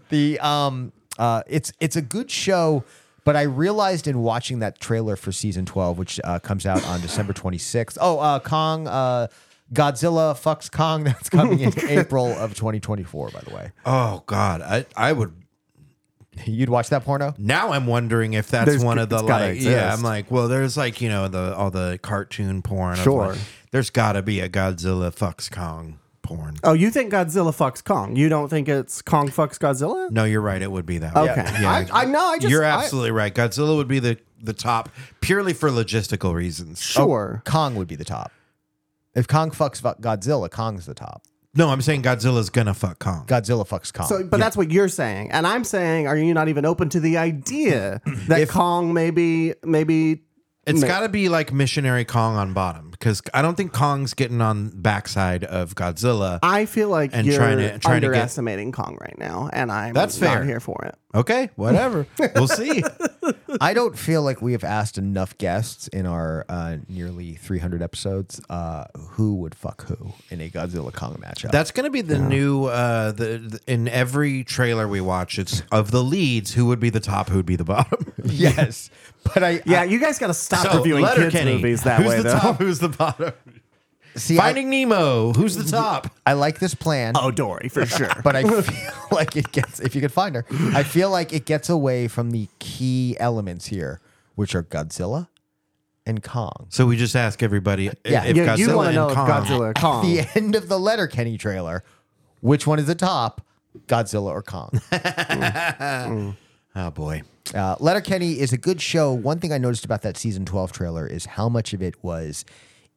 Speaker 2: the um uh it's it's a good show, but I realized in watching that trailer for season twelve, which uh, comes out on December twenty sixth. Oh, uh, Kong. Uh, Godzilla fucks Kong. That's coming in April of 2024. By the way,
Speaker 1: Oh God, I I would
Speaker 2: you'd watch that porno.
Speaker 1: now. I'm wondering if that's
Speaker 3: There's-
Speaker 1: one of the
Speaker 3: it's gotta
Speaker 1: like
Speaker 3: exist.
Speaker 1: yeah. I'm like, well, there's like you know the all the cartoon porn. of,
Speaker 3: Sure.
Speaker 1: like, there's got to be a Godzilla fucks Kong porn.
Speaker 3: Oh, you think Godzilla fucks Kong? You don't think it's Kong fucks Godzilla?
Speaker 1: No, you're right. It would be that.
Speaker 3: Okay.
Speaker 1: One.
Speaker 3: I- I know, I just-
Speaker 1: you're
Speaker 3: I-
Speaker 1: absolutely right. Godzilla would be the the top purely for logistical reasons.
Speaker 3: Sure.
Speaker 1: Oh,
Speaker 2: Kong would be the top. If Kong fucks fu- Godzilla, Kong's the top.
Speaker 1: No, I'm saying Godzilla's gonna fuck Kong.
Speaker 2: Godzilla fucks Kong.
Speaker 3: So, but that's what you're saying, and I'm saying, are you not even open to the idea that Kong maybe maybe
Speaker 1: It's
Speaker 3: Ma-
Speaker 1: got to be like missionary Kong on bottom because I don't think Kong's getting on backside of Godzilla.
Speaker 3: I feel like
Speaker 1: And
Speaker 3: you're
Speaker 1: trying to- trying to get-
Speaker 3: underestimating Kong right now, and I'm
Speaker 1: That's
Speaker 3: not
Speaker 1: fair.
Speaker 3: here for it.
Speaker 1: Okay, whatever. we'll see.
Speaker 2: I don't feel like we have asked enough guests in our uh, nearly 300 episodes uh, who would fuck who in a Godzilla Kong matchup.
Speaker 1: That's going to be the new uh the, the- in every trailer we watch it's of the leads who would be the top who would be the bottom.
Speaker 2: yes, but I
Speaker 3: Yeah, you guys got to stop reviewing kids
Speaker 1: Letterkenny,
Speaker 3: movies that
Speaker 1: who's
Speaker 3: way,
Speaker 1: the
Speaker 3: though.
Speaker 1: top, who's the bottom?
Speaker 2: I- see
Speaker 1: Finding Nemo, who's the top?
Speaker 2: I, I like this plan,
Speaker 3: Oh, Dory for sure.
Speaker 2: but I feel like it gets if you could find her. I feel like it gets away from the key elements here, which are Godzilla and Kong.
Speaker 1: So we just ask everybody
Speaker 2: Yeah.
Speaker 1: if
Speaker 3: yeah,
Speaker 1: Godzilla
Speaker 3: you want to
Speaker 1: and
Speaker 3: know if
Speaker 1: Kong.
Speaker 3: Godzilla or Kong?
Speaker 2: The end of the Letter Kenny trailer, which one is the top, Godzilla or Kong?
Speaker 1: Oh boy.
Speaker 2: Uh, Letterkenny is a good show. One thing I noticed about that season 12 trailer is how much of it was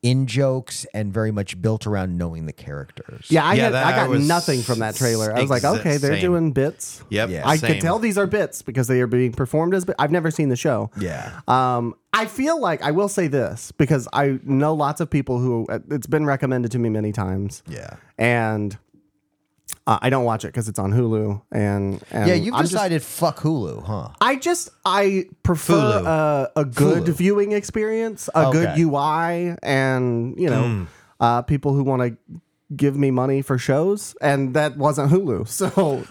Speaker 2: in jokes and very much built around knowing the characters.
Speaker 3: Yeah, I,
Speaker 1: Yeah,
Speaker 3: had,
Speaker 1: that
Speaker 3: I got
Speaker 1: was
Speaker 3: nothing from that trailer. I was like,
Speaker 1: exa-
Speaker 3: okay, they're
Speaker 1: same.
Speaker 3: doing bits.
Speaker 1: Yep.
Speaker 2: Yeah.
Speaker 3: I
Speaker 1: same.
Speaker 3: could tell these are bits because they are being performed as. But I've never seen the show.
Speaker 2: Yeah.
Speaker 3: Um, I feel like I will say this because I know lots of people who uh, it's been recommended to me many times.
Speaker 2: Yeah.
Speaker 3: and uh, I don't watch it because it's on Hulu. And, and
Speaker 2: Yeah, you've
Speaker 3: I'm just-
Speaker 2: decided fuck Hulu, huh?
Speaker 3: I just I prefer
Speaker 1: Fulu.
Speaker 3: a, a good
Speaker 2: Fulu.
Speaker 3: viewing experience, a
Speaker 2: Okay. Mm.
Speaker 3: good UI, and you know, uh, people who want to give me money for shows, and that wasn't Hulu. So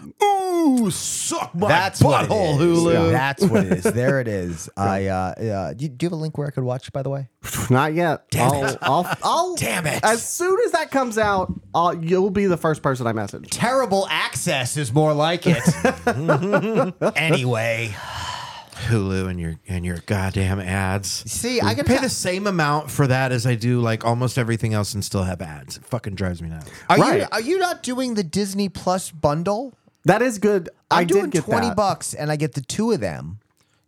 Speaker 1: Ooh, suck my
Speaker 2: That's what it
Speaker 1: butthole,
Speaker 2: is.
Speaker 1: Hulu.
Speaker 2: Yeah, That's what it is. There it is. I uh, uh, do you, do you have a link where I could watch? By the way,
Speaker 3: not yet.
Speaker 1: Damn
Speaker 3: I'll,
Speaker 1: it.
Speaker 3: I'll, I'll-
Speaker 1: Damn it.
Speaker 3: As soon as that comes out, I'll, you'll be the first person I message.
Speaker 2: terrible access is more like it. anyway,
Speaker 1: Hulu and your and your goddamn ads.
Speaker 2: see, I
Speaker 1: I
Speaker 2: can
Speaker 1: pay the same amount for that as I do like almost everything else and still have ads. It fucking drives me nuts.
Speaker 2: Are you
Speaker 3: Right.
Speaker 2: are you not doing the Disney Plus bundle?
Speaker 3: That is good.
Speaker 2: I'm
Speaker 3: I
Speaker 2: doing
Speaker 3: did get
Speaker 2: twenty
Speaker 3: that.
Speaker 2: bucks, and I get the two of them.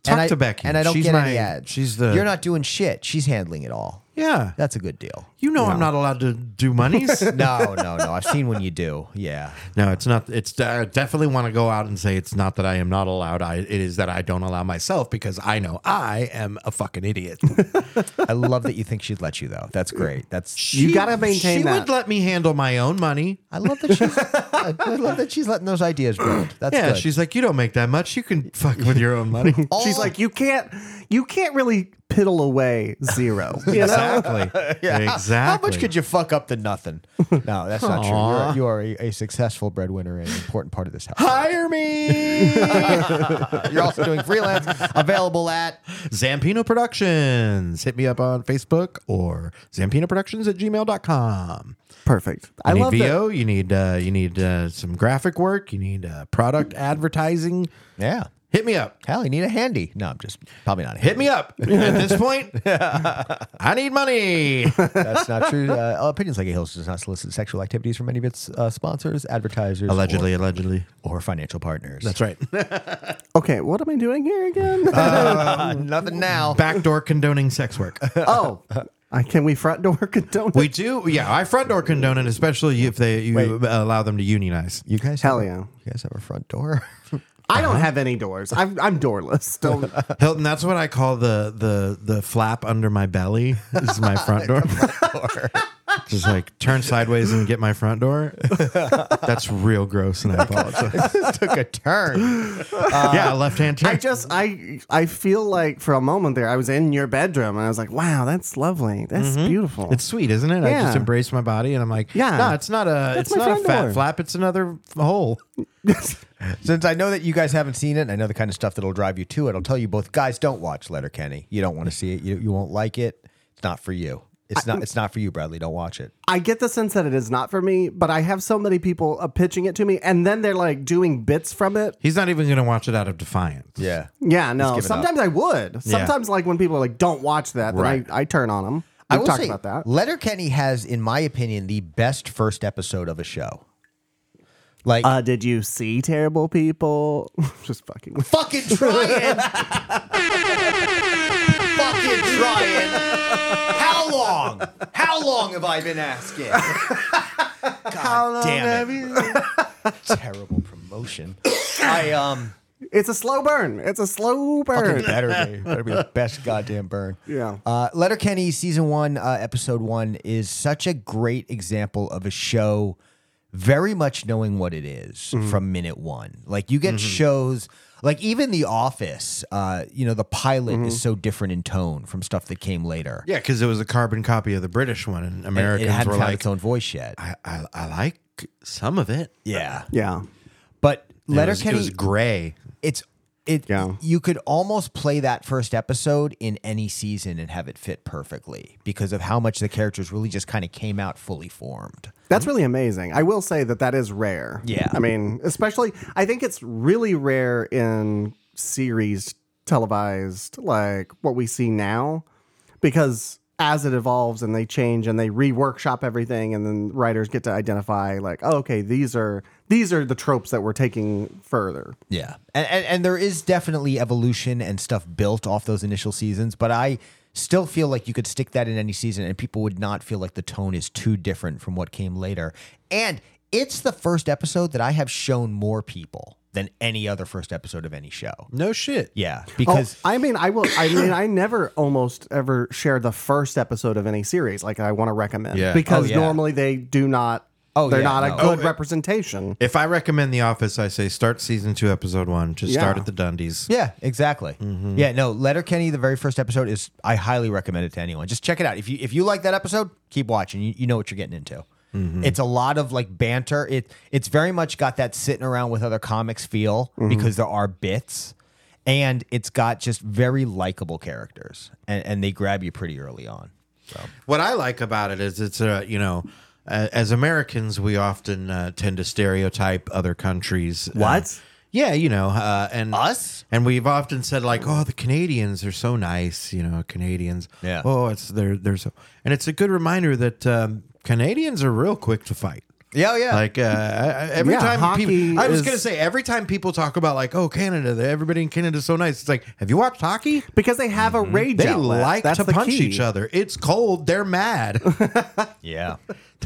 Speaker 1: Talk
Speaker 2: and I,
Speaker 1: to Becky.
Speaker 2: and I don't
Speaker 1: She's
Speaker 2: get
Speaker 1: my-
Speaker 2: any ads.
Speaker 1: she's the-
Speaker 2: You're not doing shit. She's handling it all.
Speaker 1: Yeah.
Speaker 2: That's a good deal.
Speaker 1: You know I'm not allowed to do monies.
Speaker 2: No, no, no. I've seen when you do. Yeah.
Speaker 1: no, it's not. It's I definitely want to go out and say it's not that I am not allowed. I it is that I don't allow myself because I know I am a fucking idiot.
Speaker 2: I love that you think she'd let you though. That's great. That's.
Speaker 3: You gotta maintain
Speaker 1: She
Speaker 3: that.
Speaker 1: would let me handle my own money.
Speaker 2: I love that she's. I I love that she's letting those ideas build. That's
Speaker 1: Yeah,
Speaker 2: good.
Speaker 1: she's like, you don't make that much. You can fuck with your own money.
Speaker 3: She's
Speaker 2: All-
Speaker 3: like, you can't, you can't really piddle away zero. You know?
Speaker 1: exactly. Exactly.
Speaker 2: How much could you fuck up to nothing? No, that's not true. You're, you are a, a successful breadwinner and an important part of this house.
Speaker 1: hire me?
Speaker 2: You're also doing freelance, available at
Speaker 1: Zampino Productions. Hit me up on Facebook or zampinoproductions at gmail.com.
Speaker 3: Perfect. I
Speaker 1: You need
Speaker 3: love that.
Speaker 1: VO, you need uh, you need uh, some graphic work, you need uh,
Speaker 3: Mm.
Speaker 1: product advertising.
Speaker 2: yeah.
Speaker 1: Hit me up.
Speaker 2: Hell, you need a handy. No, I'm just probably not. A
Speaker 1: Hit me up. At this point, I need money.
Speaker 2: That's not true. Uh, opinions like a Hills does not solicit sexual activities from any of its uh, sponsors, advertisers,
Speaker 1: Allegedly, allegedly.
Speaker 2: or, or financial partners.
Speaker 1: That's right.
Speaker 3: Okay, what am I doing here again?
Speaker 2: nothing now.
Speaker 1: Backdoor condoning sex work.
Speaker 3: oh, I, can we front door condone?
Speaker 1: We do, yeah. I front door condone it, especially if they you allow them to unionize.
Speaker 2: You guys,
Speaker 3: Hell
Speaker 2: have a-
Speaker 3: yeah.
Speaker 2: You guys have a front door.
Speaker 3: I don't have any doors. I'm, I'm doorless. Don't,
Speaker 1: Hilton, that's what I call the the the flap under my belly. This is my front door. Just like turn sideways and get my front door. That's real gross, and I apologize.
Speaker 2: took a turn.
Speaker 1: yeah, left hand turn.
Speaker 3: I just I I feel like for a moment there I was in your bedroom and I was like, wow, that's lovely. That's
Speaker 2: Mm-hmm.
Speaker 3: beautiful.
Speaker 1: It's sweet, isn't it? I just
Speaker 3: Yeah.
Speaker 1: embrace my body, and I'm like,
Speaker 3: Yeah.
Speaker 1: no, it's not a, it's
Speaker 3: my
Speaker 1: not a
Speaker 3: front
Speaker 1: fat
Speaker 3: door."
Speaker 1: flap. It's another f- hole.
Speaker 2: Since I know that you guys haven't seen it, and I know the kind of stuff that'll drive you to it. I'll tell you both, guys, don't watch Letterkenny. You don't want to see it. You, you won't like it. It's not for you. It's not. It's not for you, Bradley. Don't watch it.
Speaker 3: I get the sense that it is not for me, but I have so many people uh, pitching it to me, and then they're like doing bits from it.
Speaker 1: He's not even going to watch it out of defiance.
Speaker 2: Yeah.
Speaker 3: Yeah, no.
Speaker 2: give it up.
Speaker 3: Sometimes I would. Sometimes, like when people are like, "Don't watch that," then
Speaker 1: Right.
Speaker 3: I, I turn on them.
Speaker 2: I
Speaker 3: I
Speaker 2: will
Speaker 3: talk
Speaker 2: say,
Speaker 3: about that.
Speaker 2: Letterkenny has, in my opinion, the best first episode of a show. Like,
Speaker 3: Uh, did you see terrible people? Just fucking.
Speaker 2: fucking trying. fucking trying. How long? How long have I been asking? God Oh, damn it. Terrible promotion. I um
Speaker 3: It's a slow burn. It's a slow burn.
Speaker 2: better be better be the best goddamn burn.
Speaker 3: Yeah.
Speaker 2: Uh, Letterkenny season one, uh, episode one is such a great example of a show very much knowing what it is from minute one. Like you get shows like even The Office. Uh, you know the pilot is so different in tone from stuff that came later.
Speaker 1: yeah, because it was a carbon copy of the British one, and
Speaker 2: It-
Speaker 1: Americans
Speaker 2: it hadn't
Speaker 1: were
Speaker 2: found
Speaker 1: like,
Speaker 2: its own voice yet.
Speaker 1: I, I, I like some of it.
Speaker 2: Yeah,
Speaker 3: Yeah.
Speaker 2: but
Speaker 1: It was, it
Speaker 2: Letterkenny
Speaker 1: was gray.
Speaker 2: it's it
Speaker 3: Yeah.
Speaker 2: you could almost play that first episode in any season and have it fit perfectly because of how much the characters really just kind of came out fully formed.
Speaker 3: That's really amazing. I will say that that is rare.
Speaker 2: Yeah.
Speaker 3: I mean, especially, I think it's really rare in series televised, like what we see now, because as it evolves and they change and they reworkshop everything, and then writers get to identify, like, oh, okay, these are these are the tropes that we're taking further.
Speaker 2: Yeah. And, and and there is definitely evolution and stuff built off those initial seasons, but I still feel like you could stick that in any season and people would not feel like the tone is too different from what came later. And it's the first episode that I have shown more people than any other first episode of any show.
Speaker 1: No shit.
Speaker 2: Yeah,
Speaker 3: Oh,
Speaker 2: because
Speaker 3: I mean, I will. I mean, I never almost ever share the first episode of any series like I want to recommend
Speaker 1: Yeah.
Speaker 3: because
Speaker 2: Oh, yeah.
Speaker 3: normally they do not.
Speaker 2: Oh,
Speaker 3: they're
Speaker 2: yeah, no.
Speaker 3: not a good representation.
Speaker 1: If I recommend The Office, I say start season two, episode one. Just start
Speaker 3: Yeah.
Speaker 1: at the Dundies.
Speaker 2: Yeah, exactly. Yeah, no, Letterkenny, the very first episode is I highly recommend it to anyone. Just check it out. If you if you like that episode, keep watching. You, you know what you're getting into. It's a lot of like banter. It it's very much got that sitting around with other comics feel because there are bits. And it's got just very likable characters and, and they grab you pretty early on. So
Speaker 1: What I like about it is it's a you know, uh, as Americans we often uh, tend to stereotype other countries. Uh,
Speaker 3: What?
Speaker 1: yeah, you know, uh, and
Speaker 2: Us?
Speaker 1: and we've often said like, oh, the Canadians are so nice, you know, Canadians.
Speaker 2: Yeah.
Speaker 1: Oh, it's they're they're so, and it's a good reminder that um, Canadians are real quick to fight.
Speaker 2: Yeah, oh, yeah.
Speaker 1: Like uh, I- I- every
Speaker 3: Yeah,
Speaker 1: time
Speaker 3: hockey
Speaker 1: people, I was
Speaker 3: is-
Speaker 1: gonna say every time people talk about like, oh, Canada, everybody in Canada is so nice. It's like, have you watched hockey?
Speaker 3: because they have a
Speaker 1: Mm-hmm.
Speaker 3: rage
Speaker 1: They
Speaker 3: outlet.
Speaker 1: like
Speaker 3: That's
Speaker 1: to
Speaker 3: the
Speaker 1: punch
Speaker 3: key.
Speaker 1: each other. It's cold. They're mad.
Speaker 2: yeah.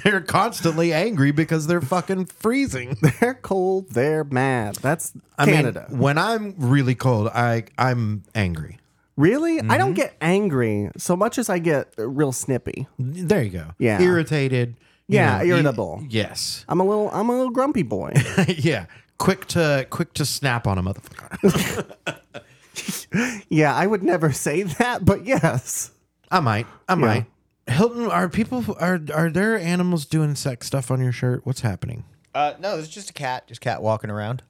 Speaker 1: they're constantly angry because they're fucking freezing.
Speaker 3: They're cold. They're mad. That's
Speaker 1: I
Speaker 3: Canada.
Speaker 1: mean, when I'm really cold, I I'm angry.
Speaker 3: really? I
Speaker 1: mm-hmm.
Speaker 3: don't get angry so much as I get real snippy.
Speaker 1: There you go.
Speaker 3: Yeah.
Speaker 1: Irritated. you
Speaker 3: Yeah,
Speaker 1: know, you-
Speaker 3: irritable.
Speaker 1: yes.
Speaker 3: I'm a little. I'm a little grumpy boy.
Speaker 1: yeah. Quick to quick to snap on a motherfucker.
Speaker 3: yeah, I would never say that, but yes.
Speaker 1: I might. I might. Hilton, are people are are there animals doing sex stuff on your shirt? What's happening?
Speaker 2: Uh, no, it's just a cat, just cat walking around.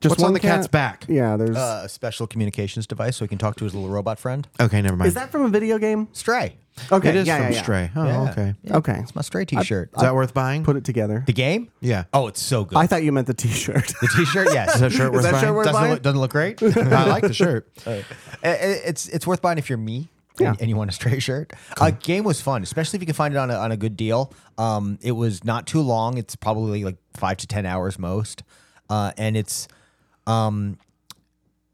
Speaker 3: Just
Speaker 1: What's on
Speaker 3: one
Speaker 1: the
Speaker 3: cat-
Speaker 1: cat's back?
Speaker 3: Yeah, there's.
Speaker 2: Uh, a special communications device so he can talk to his little robot friend.
Speaker 1: Okay, never mind.
Speaker 3: is that from a video game?
Speaker 2: Stray.
Speaker 3: Okay,
Speaker 1: it is
Speaker 3: yeah,
Speaker 1: from
Speaker 3: yeah, yeah.
Speaker 1: Stray. Oh,
Speaker 2: Yeah.
Speaker 1: okay.
Speaker 2: Yeah,
Speaker 3: Okay.
Speaker 2: It's my stray t shirt.
Speaker 1: Is that worth buying?
Speaker 3: Put it together.
Speaker 2: The game?
Speaker 1: yeah.
Speaker 2: Oh, it's so good.
Speaker 3: I thought you meant the T-shirt.
Speaker 2: the T-shirt, yes.
Speaker 1: Is that shirt worth
Speaker 3: that
Speaker 1: buying?
Speaker 3: shirt worth
Speaker 2: doesn't
Speaker 3: buying?
Speaker 2: look, doesn't look great.
Speaker 1: I like the shirt.
Speaker 2: Uh, it's it's worth buying if you're me.
Speaker 3: Yeah.
Speaker 2: And, and you want a stray shirt? A game was fun, especially if you can find it on a, on a good deal. Um, it was not too long. It's probably like five to ten hours most, uh, and it's, um,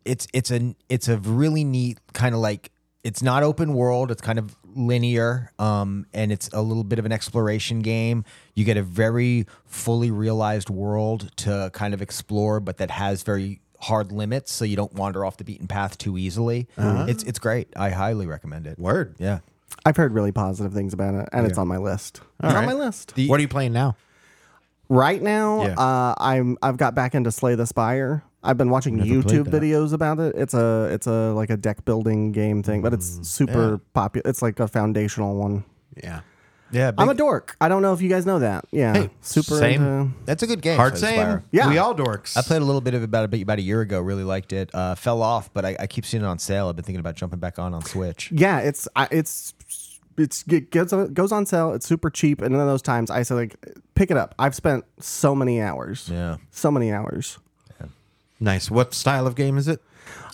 Speaker 2: it's it's an it's a really neat kind of like it's not open world. It's kind of linear, um, and it's a little bit of an exploration game. You get a very fully realized world to kind of explore, but that has very hard limits, so you don't wander off the beaten path too easily. It's it's great. I highly recommend it.
Speaker 1: Word.
Speaker 2: Yeah.
Speaker 3: I've heard really positive things about it, and it's on my list. it's on
Speaker 1: right.
Speaker 3: my list
Speaker 2: The-
Speaker 1: what are you playing now?
Speaker 3: right now.
Speaker 1: Yeah.
Speaker 3: Uh, I'm I've got back into Slay the Spire. I've been watching
Speaker 1: played
Speaker 3: YouTube
Speaker 1: that.
Speaker 3: videos about it. It's a it's a like a deck building game thing, but
Speaker 1: Mm,
Speaker 3: it's super popular. It's like a foundational one.
Speaker 1: Yeah. Uh,
Speaker 2: yeah,
Speaker 3: I'm a dork. I don't know if you guys know that. Yeah, super.
Speaker 1: same.
Speaker 3: into-
Speaker 2: that's a good game.
Speaker 1: Hard
Speaker 2: so it's
Speaker 1: same.
Speaker 2: fire.
Speaker 3: Yeah.
Speaker 1: We all dorks.
Speaker 2: I played a little bit of it about a, about a year ago. Really liked it. Uh, fell off, but I, I keep seeing it on sale. I've been thinking about jumping back on on Switch.
Speaker 3: yeah, it's I- it's it's it goes on- goes on sale. It's super cheap, and in those times, I say like pick it up. I've spent so many hours.
Speaker 2: Yeah.
Speaker 3: so many hours.
Speaker 1: nice. What style of game is it?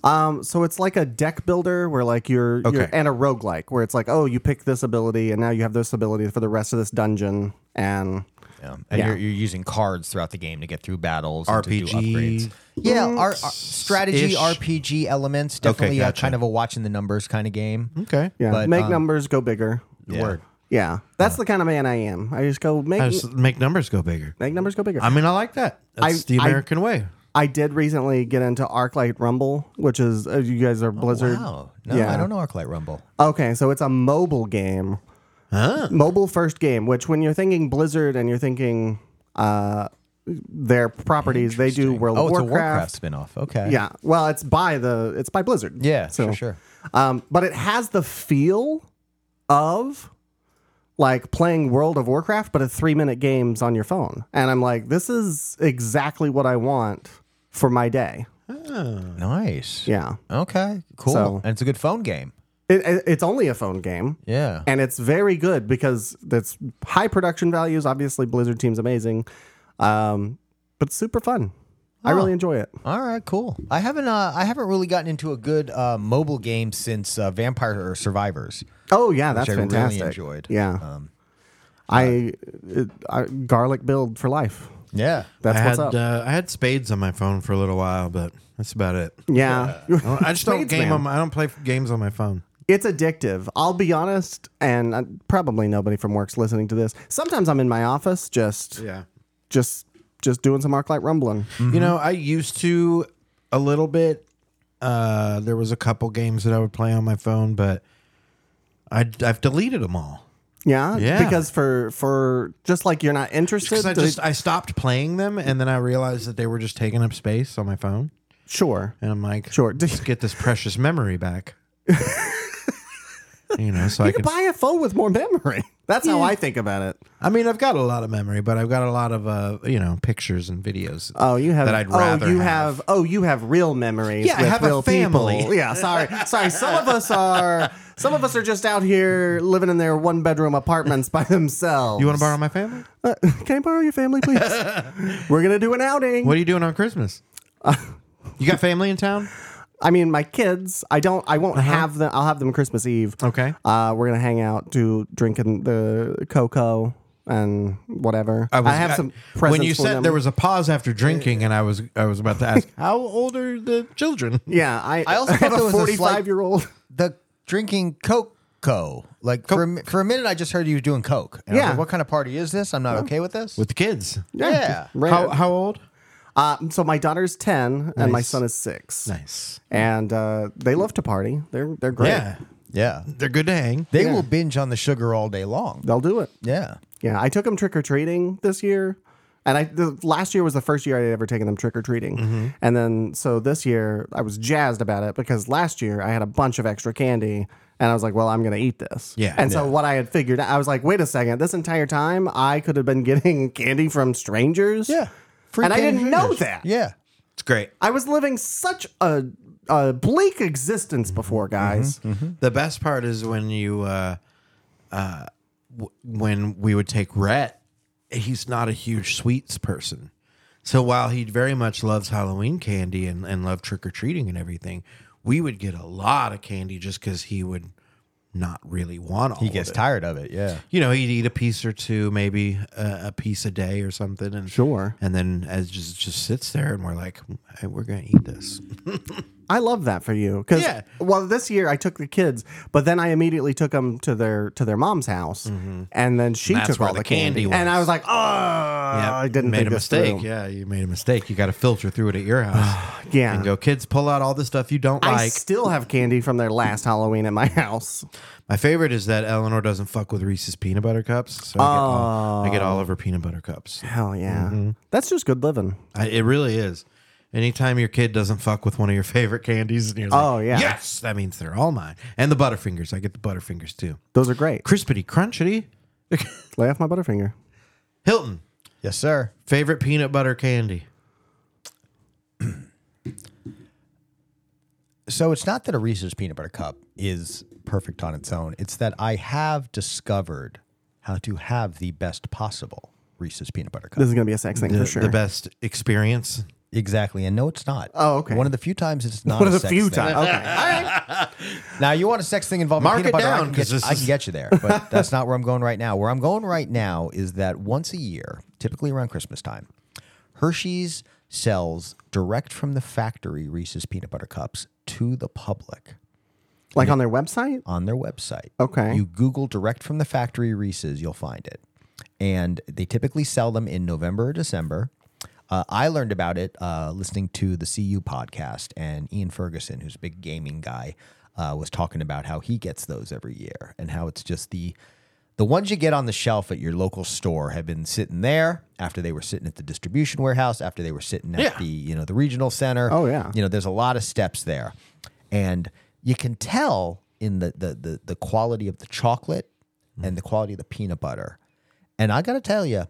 Speaker 3: Um, so it's like a deck builder where like you're, you're
Speaker 1: Okay.
Speaker 3: and a roguelike where it's like, oh, you pick this ability and now you have this ability for the rest of this dungeon and
Speaker 2: Yeah. And You're, you're using cards throughout the game to get through battles, and to do
Speaker 1: RPG.
Speaker 2: upgrades. Yeah, our, strategy
Speaker 1: Ish.
Speaker 2: RPG elements. Definitely uh,
Speaker 1: gotcha.
Speaker 2: kind of a watching the numbers kind of game.
Speaker 1: Okay.
Speaker 3: yeah,
Speaker 2: But,
Speaker 3: make
Speaker 2: um,
Speaker 3: numbers go bigger.
Speaker 2: Yeah. Word.
Speaker 3: Yeah. That's the kind of man I am. I just go make
Speaker 1: I just make numbers go bigger.
Speaker 3: make numbers go bigger.
Speaker 1: I mean, I like that. That's
Speaker 3: I-
Speaker 1: the
Speaker 3: I-
Speaker 1: American way.
Speaker 3: I did recently get into ArcLight Rumble, which is uh, you guys are Blizzard.
Speaker 2: Oh, Wow. No,
Speaker 3: Yeah.
Speaker 2: I don't know Arclight Rumble.
Speaker 3: Okay, so it's a mobile game. Mobile first game, which when you're thinking Blizzard and you're thinking uh, their properties, they do World
Speaker 2: Oh,
Speaker 3: of
Speaker 2: it's
Speaker 3: Warcraft.
Speaker 2: a Warcraft spinoff. Okay.
Speaker 3: Yeah. Well, it's by the it's by Blizzard.
Speaker 2: Yeah,
Speaker 3: So,
Speaker 2: sure, sure.
Speaker 3: Um, but it has the feel of like playing World of Warcraft, but it's three minute games on your phone. And I'm like, this is exactly what I want for my day.
Speaker 2: Nice.
Speaker 3: Uh, Yeah.
Speaker 2: Okay. Cool.
Speaker 3: So-
Speaker 2: and it's a good phone game.
Speaker 3: It, it- it's only a phone game.
Speaker 2: Yeah.
Speaker 3: And it's very good because it's high production values. Obviously, Blizzard team's amazing, um, but super fun. I really enjoy it.
Speaker 2: All right, cool. I haven't uh, I haven't really gotten into a good uh, mobile game since uh, Vampire or Survivors.
Speaker 3: Oh yeah, that's
Speaker 2: I really
Speaker 3: fantastic.
Speaker 2: enjoyed.
Speaker 3: Yeah,
Speaker 2: Um,
Speaker 3: I, Uh, it, I garlic build for life.
Speaker 2: Yeah.
Speaker 3: That's
Speaker 1: I
Speaker 3: what's
Speaker 1: had
Speaker 3: up.
Speaker 1: Uh, I had spades on my phone for a little while, but that's about it.
Speaker 3: yeah,
Speaker 1: I don't- I just don't
Speaker 3: Spades,
Speaker 1: game
Speaker 3: man.
Speaker 1: on. My, I don't play games on my phone.
Speaker 3: It's addictive. I'll be honest, and uh, probably nobody from work's listening to this. Sometimes I'm in my office, just
Speaker 1: Yeah.
Speaker 3: just just doing some arclight rumbling.
Speaker 1: You know,
Speaker 3: Mm-hmm.
Speaker 1: I used to a little bit. Uh, there was a couple games that I would play on my phone, but I, I've deleted them all
Speaker 3: Yeah,
Speaker 1: Yeah.
Speaker 3: Because for for just like you're not interested,
Speaker 1: because I
Speaker 3: to-
Speaker 1: just I stopped playing them, and then I realized that they were just taking up space on my phone,
Speaker 3: sure.
Speaker 1: and I'm like,
Speaker 3: Sure.
Speaker 1: let's get this precious memory back. you know, so I
Speaker 3: You
Speaker 1: can.
Speaker 3: could buy a phone with more memory. That's how I think about it.
Speaker 1: I mean, I've got a lot of memory, but I've got a lot of uh, you know pictures and videos.
Speaker 3: Oh, you have
Speaker 1: that I'd
Speaker 3: oh,
Speaker 1: rather
Speaker 3: you
Speaker 1: have.
Speaker 3: have. oh, you have real memories.
Speaker 1: Yeah, I
Speaker 3: with
Speaker 1: have a
Speaker 3: real people.
Speaker 1: family.
Speaker 3: Yeah, sorry, sorry. Some of us are. Some of us are just out here living in their one bedroom apartments by themselves.
Speaker 1: You want to borrow my family?
Speaker 3: Uh, can I borrow your family, please? We're gonna do an outing.
Speaker 1: What are you doing on Christmas?
Speaker 3: Uh,
Speaker 1: you got family in town?
Speaker 3: I mean, my kids. I don't. I won't have them. I'll have them Christmas Eve.
Speaker 1: Uh-huh. Okay.
Speaker 3: Uh, we're gonna hang out, do drinking the cocoa and whatever. I, have some. Presents
Speaker 1: When you
Speaker 3: for
Speaker 1: said
Speaker 3: them.
Speaker 1: there was a pause after drinking, and I was I was about to ask, how old are the children?
Speaker 3: Yeah, I.
Speaker 2: I also
Speaker 3: have
Speaker 2: thought there
Speaker 3: a
Speaker 2: was a slight-
Speaker 3: forty-five year old.
Speaker 2: The drinking Coco. Like for, a, mi- for a minute, I just heard you were doing Coke. And I was
Speaker 3: Yeah.
Speaker 2: like, what kind of party is this? I'm not okay with this.
Speaker 1: With the kids.
Speaker 2: yeah.
Speaker 3: Right.
Speaker 1: How how old?
Speaker 3: Uh, so my daughter's ten and my
Speaker 1: Nice.
Speaker 3: son is six,
Speaker 1: Nice.
Speaker 3: and uh, they love to party. They're they're great.
Speaker 1: Yeah,
Speaker 2: Yeah.
Speaker 1: they're good to hang.
Speaker 2: They will binge on the sugar all day long.
Speaker 3: They'll do it.
Speaker 2: Yeah.
Speaker 3: Yeah, I took them trick or treating this year, and I the, last year was the first year I had ever taken them trick or treating,
Speaker 1: Mm-hmm.
Speaker 3: and then so this year I was jazzed about it because last year I had a bunch of extra candy, and I was like, well, I'm gonna eat this.
Speaker 1: Yeah,
Speaker 3: And so
Speaker 1: yeah.
Speaker 3: what I had figured, out, I was like, wait a second, this entire time I could have been getting candy from strangers.
Speaker 2: Free
Speaker 3: and I
Speaker 2: candy
Speaker 3: didn't know
Speaker 2: fingers.
Speaker 3: that.
Speaker 2: Yeah.
Speaker 1: It's great.
Speaker 3: I was living such a, a bleak existence before, guys.
Speaker 1: The best part is when you uh, uh, w- when we would take Rhett. He's not a huge sweets person, so while he very much loves Halloween candy and and love trick or treating and everything, we would get a lot of candy just because he would not really want all.
Speaker 2: He gets
Speaker 1: of it.
Speaker 2: tired of it. Yeah.
Speaker 1: you know, he'd eat a piece or two, maybe uh, a, a piece a day or something, and
Speaker 3: Sure.
Speaker 1: And then as just just sits there, and we're like, "Hey, we're gonna eat this.
Speaker 3: I love that for you because
Speaker 1: Yeah.
Speaker 3: well, this year I took the kids, but then I immediately took them to their to their mom's house, and then she
Speaker 1: Mm-hmm. That's
Speaker 3: took
Speaker 1: where
Speaker 3: all
Speaker 1: the
Speaker 3: the,
Speaker 1: candy
Speaker 3: candy,
Speaker 1: was.
Speaker 3: and I was like, oh, I didn't
Speaker 1: made
Speaker 3: think
Speaker 1: a
Speaker 3: this through."
Speaker 1: mistake. Yeah, you made a mistake. You got to filter through it at your house.
Speaker 3: Yeah.
Speaker 1: and go, kids, pull out all the stuff you don't
Speaker 3: I
Speaker 1: like.
Speaker 3: still have candy from their last Halloween at my house.
Speaker 1: My favorite is that Eleanor doesn't fuck with Reese's peanut butter cups, so I, get all, I get
Speaker 3: Oh.
Speaker 1: all of her peanut butter cups.
Speaker 3: Hell yeah,
Speaker 1: Mm-hmm.
Speaker 3: that's just good living.
Speaker 1: I, it really is. Anytime your kid doesn't fuck with one of your favorite candies, and you're like,
Speaker 3: Oh, yeah.
Speaker 1: yes, that means they're all mine. And the Butterfingers, I get the Butterfingers too.
Speaker 3: Those are great.
Speaker 1: Crispity Crunchity.
Speaker 3: Lay off my butterfinger.
Speaker 1: Hilton,
Speaker 2: Yes, sir.
Speaker 1: favorite peanut butter candy.
Speaker 2: So it's not that a Reese's peanut butter cup is perfect on its own. It's that I have discovered how to have the best possible Reese's peanut butter cup.
Speaker 3: This is gonna be a sex thing
Speaker 1: The,
Speaker 3: for sure.
Speaker 1: the best experience.
Speaker 2: Exactly. And no, it's not.
Speaker 3: Oh, okay.
Speaker 2: One of the few times it's not.
Speaker 3: One
Speaker 2: a
Speaker 3: of the
Speaker 2: sex
Speaker 3: few
Speaker 2: thing.
Speaker 3: times. Okay.
Speaker 2: Now you want a sex thing involving
Speaker 1: Mark
Speaker 2: peanut
Speaker 1: it
Speaker 2: butter?
Speaker 1: down,
Speaker 2: I, can
Speaker 1: 'cause
Speaker 2: get you,
Speaker 1: this
Speaker 2: I can
Speaker 1: is-
Speaker 2: get you there, but that's not where I'm going right now. Where I'm going right now is that once a year, typically around Christmas time, Hershey's sells direct from the factory Reese's peanut butter cups to the public
Speaker 3: like on their website.
Speaker 2: on their website.
Speaker 3: Okay.
Speaker 2: You Google direct from the factory Reese's, you'll find it. And they typically sell them in November or December. Uh, I learned about it uh, listening to the CU podcast, and Ian Ferguson, who's a big gaming guy, uh, was talking about how he gets those every year and how it's just the the ones you get on the shelf at your local store have been sitting there after they were sitting at the distribution warehouse, after they were sitting at
Speaker 1: Yeah.
Speaker 2: the you know the regional center.
Speaker 3: Oh, yeah.
Speaker 2: You know, there's a lot of steps there. And you can tell in the the the, the quality of the chocolate and the quality of the peanut butter. And I got to tell you,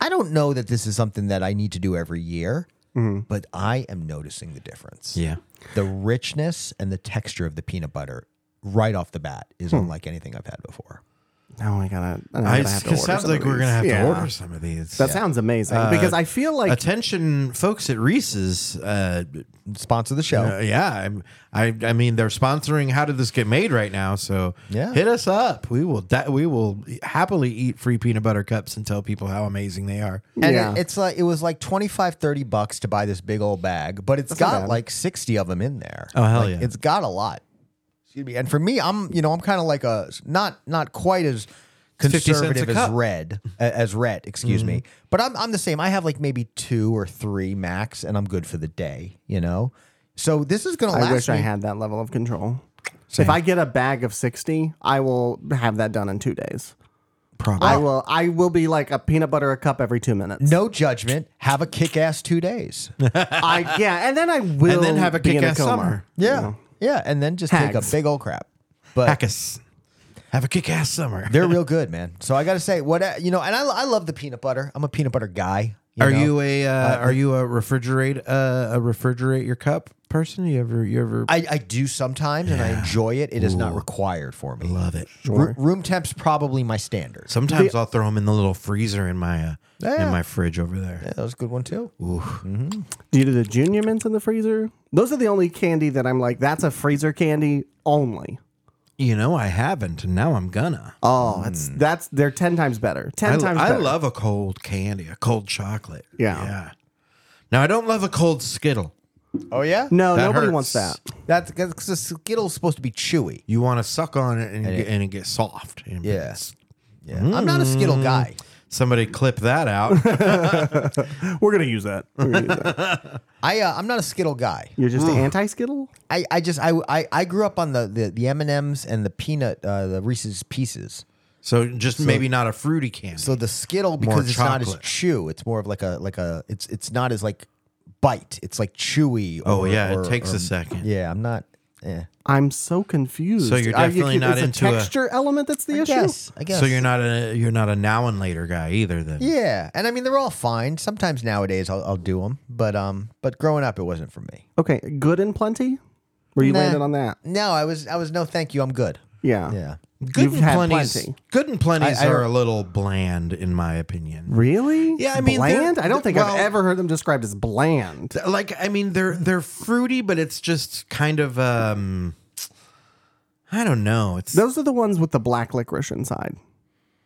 Speaker 2: I don't know that this is something that I need to do every year, but I am noticing the difference.
Speaker 1: Yeah.
Speaker 2: The richness and the texture of the peanut butter right off the bat is unlike anything I've had before.
Speaker 3: Oh, I gotta. I gotta
Speaker 1: I,
Speaker 3: have
Speaker 1: it
Speaker 3: to order
Speaker 1: sounds
Speaker 3: some of
Speaker 1: like we're
Speaker 3: these.
Speaker 1: going to have
Speaker 3: Yeah.
Speaker 1: to order Uh, some of these.
Speaker 3: That sounds amazing because I feel like
Speaker 1: Attention, folks at Reese's. Uh,
Speaker 2: Sponsor the show.
Speaker 3: Oh.
Speaker 1: uh, yeah, I'm, I, I mean, they're sponsoring. How did this get made right now? So
Speaker 2: Yeah.
Speaker 1: hit us up. We will. Di- we will happily eat free peanut butter cups and tell people how amazing they are.
Speaker 2: And
Speaker 3: Yeah.
Speaker 2: it, it's like it was like 25 30 bucks to buy this big old bag, but it's
Speaker 3: not
Speaker 2: got
Speaker 3: bad.
Speaker 2: like 60 of them in there.
Speaker 1: Oh, hell
Speaker 2: Like,
Speaker 1: yeah.
Speaker 2: It's got a lot. Excuse me. And for me, I'm, you know, I'm kind of like a not not quite as
Speaker 1: 50 cents a
Speaker 2: conservative as
Speaker 1: cup. Mm-hmm.
Speaker 2: red a- as red, excuse me. But I'm I'm the same. I have like maybe 2 or 3 max and I'm good for the day, you know. So this is going to last
Speaker 3: I wish I
Speaker 2: me-
Speaker 3: had that level of control. If I get a bag of sixty, I will have that done in two days.
Speaker 1: Probably.
Speaker 3: I will. I will be like a peanut butter a cup every two minutes.
Speaker 2: no judgment. Have a kick-ass 2 days.
Speaker 3: I yeah, and then I will.
Speaker 1: and then have a
Speaker 3: be in
Speaker 1: kick ass
Speaker 3: coma.
Speaker 1: summer.
Speaker 2: yeah. Yeah, and then just take a
Speaker 3: Hags.
Speaker 2: big old crap. But
Speaker 1: Hackus. Have a kick ass summer.
Speaker 2: They're real good, man. So I got to say, what you know, and I, I love the peanut butter. I'm a peanut butter guy.
Speaker 1: are
Speaker 2: know.
Speaker 1: you a uh, are you a refrigerate uh, a refrigerate your cup person? You ever you ever
Speaker 2: I, I do sometimes, and I enjoy it. It is not required for me.
Speaker 1: love it?
Speaker 2: Ro- room temp's probably my standard.
Speaker 1: Sometimes I'll throw them in the little freezer in my uh,
Speaker 2: Yeah.
Speaker 1: in my fridge over there.
Speaker 2: Yeah, that was a good one too.
Speaker 3: Do you do the junior mints in the freezer? Those are the only candy that I'm like. That's a freezer candy only.
Speaker 1: You know I haven't, and now I'm gonna.
Speaker 3: Oh, it's that's they're ten times better. Ten
Speaker 1: Hmm. I,
Speaker 3: times.
Speaker 1: I
Speaker 3: better.
Speaker 1: love a cold candy, a cold chocolate.
Speaker 3: Yeah.
Speaker 1: yeah. Now I don't love a cold Skittle.
Speaker 2: Oh yeah,
Speaker 3: No,
Speaker 1: That
Speaker 3: nobody
Speaker 1: hurts.
Speaker 3: wants that.
Speaker 2: that's because the Skittle's supposed to be chewy.
Speaker 1: You want to suck on it and, get, and it gets soft. And
Speaker 2: Yeah, yeah. I'm not a
Speaker 1: Mm.
Speaker 2: Skittle guy.
Speaker 1: Somebody clip that out.
Speaker 3: We're gonna use that. We're gonna use that.
Speaker 2: I uh, I'm not a Skittle guy.
Speaker 3: You're just anti Skittle.
Speaker 2: I, I just I, I I grew up on the the, the M and M's and the peanut uh, the Reese's Pieces.
Speaker 1: so just maybe not a fruity candy.
Speaker 2: So the Skittle
Speaker 1: More
Speaker 2: because it's not as
Speaker 1: chocolate.
Speaker 2: chew. It's more of like a like a it's it's not as like bite. It's like chewy.
Speaker 1: oh
Speaker 2: or-
Speaker 1: yeah,
Speaker 2: or-
Speaker 1: it takes
Speaker 2: or-
Speaker 1: a second.
Speaker 2: Yeah, I'm not. Eh.
Speaker 3: I'm so confused.
Speaker 1: So you're
Speaker 3: Are
Speaker 1: definitely not
Speaker 3: it's a
Speaker 1: into a-
Speaker 3: texture element. That's the
Speaker 2: I
Speaker 3: issue.
Speaker 2: guess. I guess.
Speaker 1: So you're not a you're not a now and later guy either. Then
Speaker 2: Yeah, and I mean they're all fine. Sometimes nowadays I'll, I'll do them, but um, but growing up it wasn't for me.
Speaker 3: Okay, good and plenty. Where you
Speaker 2: Nah.
Speaker 3: landed on that?
Speaker 2: No, I was I was no thank you. I'm good.
Speaker 3: Yeah.
Speaker 2: Yeah.
Speaker 1: good
Speaker 3: You've
Speaker 1: and
Speaker 3: had
Speaker 1: plenty's
Speaker 3: plenty.
Speaker 1: good and plenty's
Speaker 2: I- I-
Speaker 1: are a little bland in my opinion.
Speaker 3: Really?
Speaker 1: Yeah, I mean, they're-
Speaker 3: bland. I don't think
Speaker 1: well-
Speaker 3: I've ever heard them described as bland.
Speaker 1: Like I mean, they're they're fruity, but it's just kind of um, I don't know. It's
Speaker 3: Those are the ones with the black licorice inside.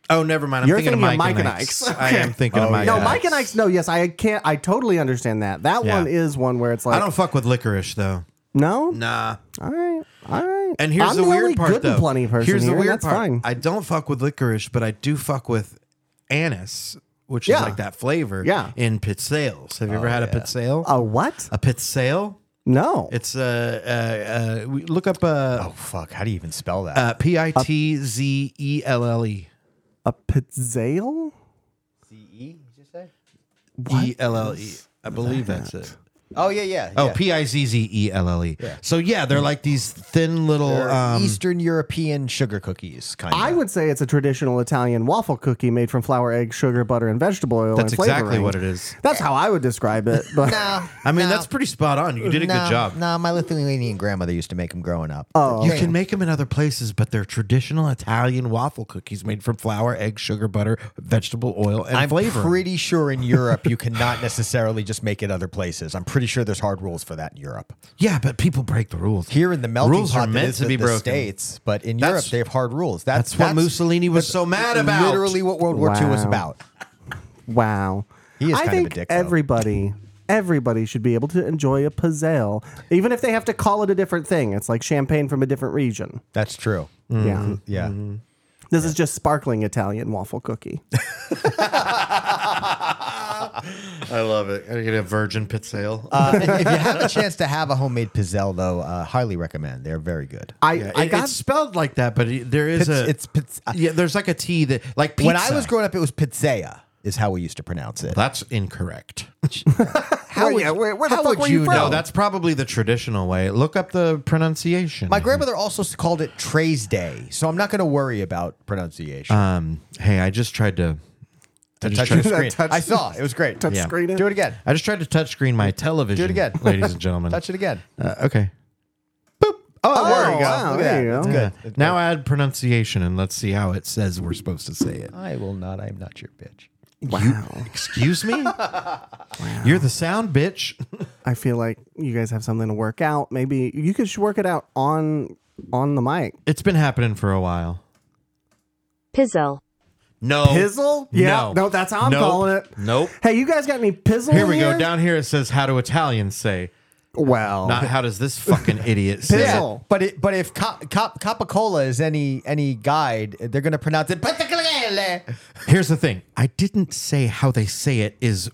Speaker 1: oh, never mind. I'm
Speaker 3: You're
Speaker 1: thinking, of Mike and Ike's. I am thinking of Mike.
Speaker 3: no,
Speaker 1: and
Speaker 3: Mike and
Speaker 1: Ike's.
Speaker 3: Ike's. No, yes, I can't. I totally understand that. That
Speaker 1: Yeah.
Speaker 3: one is one where it's like
Speaker 1: I don't fuck with licorice though.
Speaker 3: No?
Speaker 1: Nah.
Speaker 3: All right. All right.
Speaker 1: And here's
Speaker 3: I'm
Speaker 1: the weird
Speaker 3: only
Speaker 1: part,
Speaker 3: good
Speaker 1: though.
Speaker 3: And plenty person
Speaker 1: here's the
Speaker 3: here.
Speaker 1: weird
Speaker 3: That's
Speaker 1: part.
Speaker 3: fine.
Speaker 1: I don't fuck with licorice, but I do fuck with anise, which
Speaker 3: Yeah.
Speaker 1: is like that flavor.
Speaker 3: Yeah. Oh, Uh,
Speaker 1: In pit sales, have you ever had a pit sale?
Speaker 3: a what?
Speaker 1: a pit sale?
Speaker 3: No.
Speaker 1: It's uh, uh, uh, we- look up uh,
Speaker 2: Oh fuck! How do you even spell that?
Speaker 1: uh, P I T Z E L L E
Speaker 3: a pizzale?
Speaker 1: E L L E. I believe that's it.
Speaker 2: oh yeah, yeah.
Speaker 1: Oh,
Speaker 2: yeah.
Speaker 1: P I Z Z E L L E.
Speaker 2: Yeah.
Speaker 1: So yeah, they're like these thin little
Speaker 2: They're
Speaker 1: um,
Speaker 2: Eastern European sugar cookies, kind of.
Speaker 3: I would say it's a traditional Italian waffle cookie made from flour, egg, sugar, butter, and vegetable oil.
Speaker 1: That's
Speaker 3: and
Speaker 1: exactly
Speaker 3: flavoring.
Speaker 1: what it is.
Speaker 3: That's how I would describe it. But
Speaker 1: I mean, that's pretty spot on. You did a good job.
Speaker 2: No, my Lithuanian grandmother used to make them growing up. Oh,
Speaker 1: You can make them in other places, but they're traditional Italian waffle cookies made from flour, egg, sugar, butter, vegetable oil, and
Speaker 2: I'm
Speaker 1: flavor.
Speaker 2: pretty sure in Europe you cannot necessarily just make it other places. I'm pretty sure there's hard rules for that in Europe.
Speaker 1: yeah, but people break the rules
Speaker 2: Here in the melting
Speaker 1: Rules
Speaker 2: pot
Speaker 1: are
Speaker 2: that
Speaker 1: meant
Speaker 2: is
Speaker 1: to
Speaker 2: the-
Speaker 1: be
Speaker 2: the
Speaker 1: broken.
Speaker 2: States, but in
Speaker 1: That's-
Speaker 2: Europe they have hard rules. That's,
Speaker 1: That's what Mussolini was
Speaker 2: that's
Speaker 1: so mad about.
Speaker 2: Literally, what World War II was
Speaker 3: Wow.
Speaker 2: about.
Speaker 3: wow.
Speaker 2: He is
Speaker 3: I
Speaker 2: kind of
Speaker 3: think
Speaker 2: a dick, though.
Speaker 3: everybody, everybody should be able to enjoy a pizzale, even if they have to call it a different thing. It's like champagne from a different region.
Speaker 2: That's true.
Speaker 1: Mm-hmm.
Speaker 3: Yeah.
Speaker 2: Yeah.
Speaker 3: This is just sparkling Italian waffle cookie.
Speaker 1: I love it. I get a virgin pit sale.
Speaker 2: Uh, if you have a chance to have a homemade pizzelle, though, uh, highly recommend. They're very good.
Speaker 3: I,
Speaker 1: yeah,
Speaker 3: I
Speaker 1: it-
Speaker 3: got
Speaker 1: it's spelled like that, but it, there is
Speaker 2: It's-
Speaker 1: a
Speaker 2: it's pizz-
Speaker 1: yeah. There's like a T that like pizza.
Speaker 2: When I was growing up, it was pizzea, is how we used to pronounce it.
Speaker 1: that's incorrect.
Speaker 2: How
Speaker 3: Where-
Speaker 2: would,
Speaker 3: yeah, where- where the
Speaker 2: how
Speaker 3: fuck
Speaker 2: would
Speaker 3: were
Speaker 2: you
Speaker 3: you from?
Speaker 2: know?
Speaker 1: No, that's probably the traditional way. Look up the pronunciation.
Speaker 2: My grandmother also s- called it Trey's Day, so I'm not going to worry about pronunciation.
Speaker 1: um, hey, I just tried to. I just,
Speaker 2: touch
Speaker 1: tried,
Speaker 2: the screen.
Speaker 3: touch-
Speaker 2: I saw it was great.
Speaker 3: touch
Speaker 1: Yeah.
Speaker 3: screen it.
Speaker 2: Do it again.
Speaker 1: I just tried to touch screen my television.
Speaker 2: again.
Speaker 1: ladies and gentlemen.
Speaker 2: Touch it again.
Speaker 1: Uh, okay.
Speaker 2: Oh, there you go.
Speaker 3: wow,
Speaker 2: Look at
Speaker 3: there
Speaker 2: that.
Speaker 3: you
Speaker 2: That's
Speaker 3: go.
Speaker 1: Yeah.
Speaker 2: good.
Speaker 1: Now add pronunciation and let's see how it says we're supposed to say it.
Speaker 2: I will not. I am not your bitch.
Speaker 3: Wow.
Speaker 1: Excuse me? You're the sound bitch.
Speaker 3: I feel like you guys have something to work out. Maybe you could sh- work it out on on the mic.
Speaker 1: It's been happening for a while.
Speaker 4: Pizzle.
Speaker 1: No.
Speaker 3: Pizzle? Yeah.
Speaker 1: No.
Speaker 3: No, that's how I'm
Speaker 1: Nope.
Speaker 3: calling it.
Speaker 1: Nope.
Speaker 3: Hey, you guys got any pizzle?
Speaker 1: Here we go.
Speaker 3: Down.
Speaker 1: Down here it says how do Italians say,
Speaker 3: Well,
Speaker 1: not how does this fucking idiot say
Speaker 3: Yeah.
Speaker 1: it.
Speaker 3: Pizzle.
Speaker 2: But it, but if Cop, Cop, Coca Cola is any any guide, they're going to pronounce it. Patagalele.
Speaker 1: Here's the thing. I didn't say how they say it is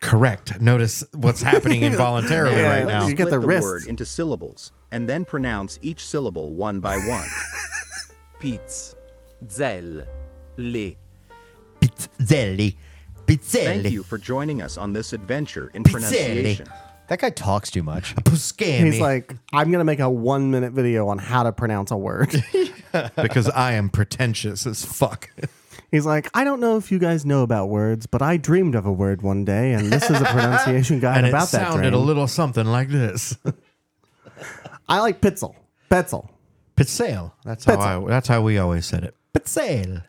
Speaker 1: correct. Notice what's happening involtarily
Speaker 3: Yeah.
Speaker 1: right now.
Speaker 3: You get
Speaker 5: split
Speaker 3: the wrists.
Speaker 5: word into syllables and then pronounce each syllable one by one. Piz, zel, li.
Speaker 2: Pizzelli.
Speaker 5: Thank
Speaker 2: Pizzelli.
Speaker 5: you for joining us on this adventure in
Speaker 2: Pizzelli.
Speaker 5: pronunciation.
Speaker 2: That guy talks too much.
Speaker 1: Puscani.
Speaker 3: he's like, I'm gonna make a one minute video on how to pronounce a word.
Speaker 1: because I am pretentious as fuck.
Speaker 3: he's like, I don't know if you guys know about words, but I dreamed of a word one day, and this is a pronunciation guide
Speaker 1: And
Speaker 3: about
Speaker 1: it
Speaker 3: that
Speaker 1: sounded
Speaker 3: dream.
Speaker 1: a little something like this.
Speaker 3: I like pitzel, petzel.
Speaker 1: Pizzale. That's how I, that's how we always said it. Pizzale.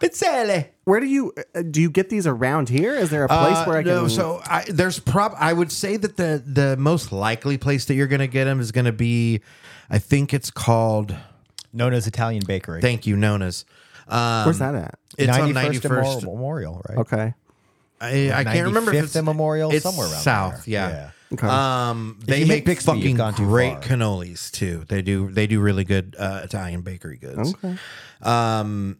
Speaker 1: Pizzale.
Speaker 3: Where do you uh, do you get these around here? Is there a place
Speaker 1: Uh,
Speaker 3: where I can?
Speaker 1: no, so I, there's prob. I would say that the the most likely place that you're going to get them is going to be, I think it's called.
Speaker 2: Known as Italian Bakery.
Speaker 1: Thank you, Nona's. Um,
Speaker 3: where's that at?
Speaker 1: It's on
Speaker 2: 91st
Speaker 1: 91st.
Speaker 2: Memorial- Memorial, right?
Speaker 3: Okay,
Speaker 1: I, I can't remember if
Speaker 2: 95th
Speaker 1: it's
Speaker 2: and Memorial,
Speaker 1: it's
Speaker 2: somewhere around
Speaker 1: south.
Speaker 2: there.
Speaker 1: Yeah.
Speaker 2: Yeah.
Speaker 3: Okay.
Speaker 1: Um, they
Speaker 2: you make
Speaker 1: make,
Speaker 2: Bixby, you've
Speaker 1: fucking
Speaker 2: gone too
Speaker 1: great
Speaker 2: far.
Speaker 1: cannolis too. They do. They do really good uh, Italian bakery goods. Um,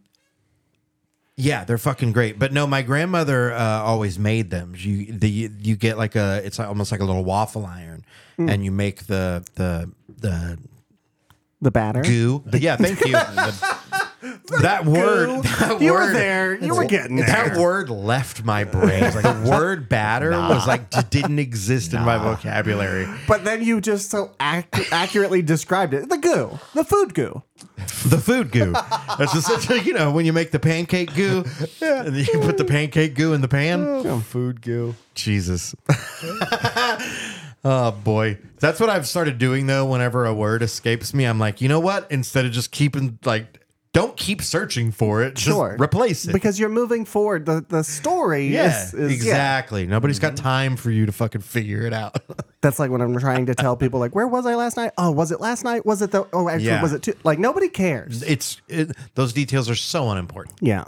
Speaker 1: yeah, they're fucking great. But no, my grandmother uh, always made them. You the you get like a it's almost like a little waffle iron,
Speaker 3: Hmm.
Speaker 1: and you make the the the
Speaker 3: the batter.
Speaker 1: goo. yeah, thank you. that word. That
Speaker 3: You
Speaker 1: word,
Speaker 3: were there. You were getting there.
Speaker 1: that word left my brain. Like the word batter was like d- didn't exist in my vocabulary.
Speaker 3: But then you just so ac- accurately described it. The goo, the food goo.
Speaker 1: The food goo. That's essentially you know when you make the pancake goo and then you put the pancake goo in the
Speaker 3: Oh,
Speaker 1: pan.
Speaker 2: Food goo.
Speaker 1: Jesus. oh boy, that's what I've started doing though. Whenever a word escapes me, I'm like, you know what? Instead of just keeping like. Don't keep searching for it. Just
Speaker 3: Sure.
Speaker 1: replace it.
Speaker 3: Because you're moving forward. The the story
Speaker 1: Yeah,
Speaker 3: is, is yeah. Mm-hmm.
Speaker 1: exactly. Nobody's got time for you to fucking figure it out.
Speaker 3: That's like when I'm trying to tell people like, where was I last night? Oh, was it last night? Was it the oh actually
Speaker 1: Yeah.
Speaker 3: was it two like nobody cares.
Speaker 1: it's it, those details are so unimportant.
Speaker 3: Yeah.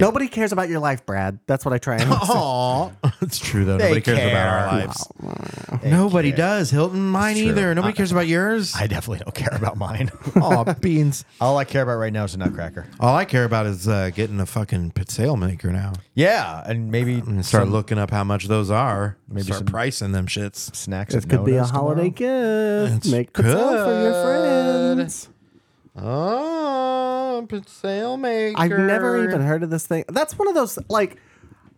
Speaker 3: Nobody cares about your life, Brad. That's what I try and say.
Speaker 1: Aw. it's true though. Nobody cares about our
Speaker 2: care.
Speaker 1: lives. Nobody does. Hilton, mine
Speaker 2: true.
Speaker 1: either. Nobody cares about yours.
Speaker 2: I definitely don't care about mine.
Speaker 1: Aw, beans.
Speaker 2: All I care about right now is a nutcracker.
Speaker 1: All I care about is uh, getting a fucking sale maker now.
Speaker 2: Yeah, and maybe
Speaker 1: And start looking up how much those are. Maybe
Speaker 2: some-
Speaker 1: start pricing them shits.
Speaker 2: snacks.
Speaker 3: It could be a holiday gift.
Speaker 1: It's
Speaker 3: Make pizza for your
Speaker 1: good.
Speaker 3: friends.
Speaker 1: Oh, sale maker.
Speaker 3: I've never even heard of this thing. That's one of those like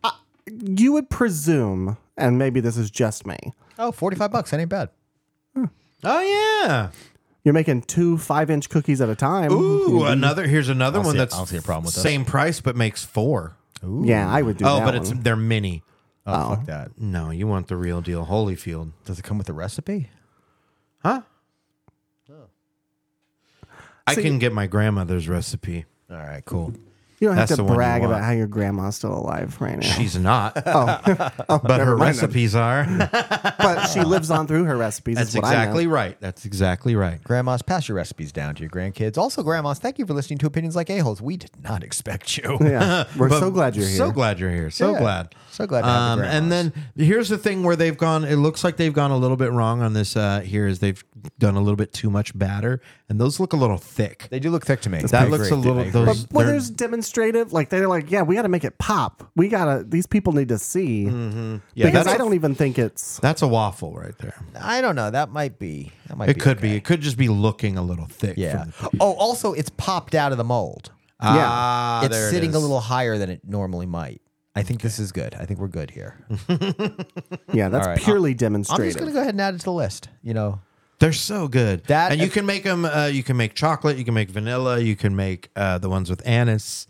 Speaker 3: I- you would presume, and maybe this is just me.
Speaker 2: Oh, 45 bucks. That ain't bad.
Speaker 1: Oh yeah.
Speaker 3: You're making two five-inch cookies at a time.
Speaker 1: Ooh, another. Here's another
Speaker 2: don't
Speaker 1: one
Speaker 2: see-
Speaker 1: that's
Speaker 2: I don't see a problem with this.
Speaker 1: same price but makes four.
Speaker 3: Yeah, I would do
Speaker 1: oh,
Speaker 3: that
Speaker 1: but it's
Speaker 3: one.
Speaker 1: they're mini.
Speaker 2: Oh, fuck that.
Speaker 1: No, you want the real deal, Holyfield,
Speaker 2: Does it come with a recipe?
Speaker 1: huh? I can get my grandmother's recipe.
Speaker 2: All right, cool.
Speaker 3: you don't have
Speaker 1: that's
Speaker 3: to
Speaker 1: the one you
Speaker 3: brag about
Speaker 1: want.
Speaker 3: how your grandma's still alive right now. Oh.
Speaker 1: She's not,
Speaker 2: Oh,
Speaker 1: but her
Speaker 3: mind then.
Speaker 1: recipes are.
Speaker 3: but she lives on through her recipes.
Speaker 1: That's
Speaker 3: is what I
Speaker 1: exactly
Speaker 3: know.
Speaker 1: right. That's exactly right.
Speaker 2: Grandmas, pass your recipes down to your grandkids. Also, grandmas, thank you for listening to Opinions Like A-Holes. We did not expect you.
Speaker 3: Yeah, we're
Speaker 1: But
Speaker 3: so glad you're here.
Speaker 1: So glad you're here. So
Speaker 2: Yeah.
Speaker 1: glad. Um,
Speaker 2: So glad to have the
Speaker 1: and
Speaker 2: grandmas.
Speaker 1: then here's the thing where they've gone. It looks like they've gone a little bit wrong on this. Uh, here is they've done a little bit too much batter, and those look a little thick.
Speaker 2: They do look thick to me.
Speaker 1: That looks a little-
Speaker 3: But
Speaker 1: those-
Speaker 3: well,
Speaker 1: they're-
Speaker 3: there's demonstrative. Like they're like, yeah, we got to make it pop. We gotta. These people need to see.
Speaker 1: Mm-hmm. Yeah,
Speaker 3: because
Speaker 1: that's
Speaker 3: I
Speaker 1: a-
Speaker 3: don't even think it's.
Speaker 1: That's a waffle right there.
Speaker 2: I don't know. That might be. That might
Speaker 1: It could
Speaker 2: okay.
Speaker 1: be. It could just be looking a little thick.
Speaker 2: Yeah.
Speaker 1: from the-
Speaker 2: Oh, also, it's popped out of the mold.
Speaker 1: Ah,
Speaker 2: it's
Speaker 1: there it
Speaker 2: sitting
Speaker 1: is.
Speaker 2: a little higher than it normally might. I think this is good. I think we're good here.
Speaker 1: Mm,
Speaker 3: Yeah, that's
Speaker 2: All right,
Speaker 3: purely
Speaker 2: I'm
Speaker 3: demonstrative.
Speaker 2: just gonna go ahead and add it to the list. You know,
Speaker 1: They're so good.
Speaker 2: That-
Speaker 1: and you can make them. Uh, you can make chocolate. You can make vanilla. You can make uh, the ones with anise.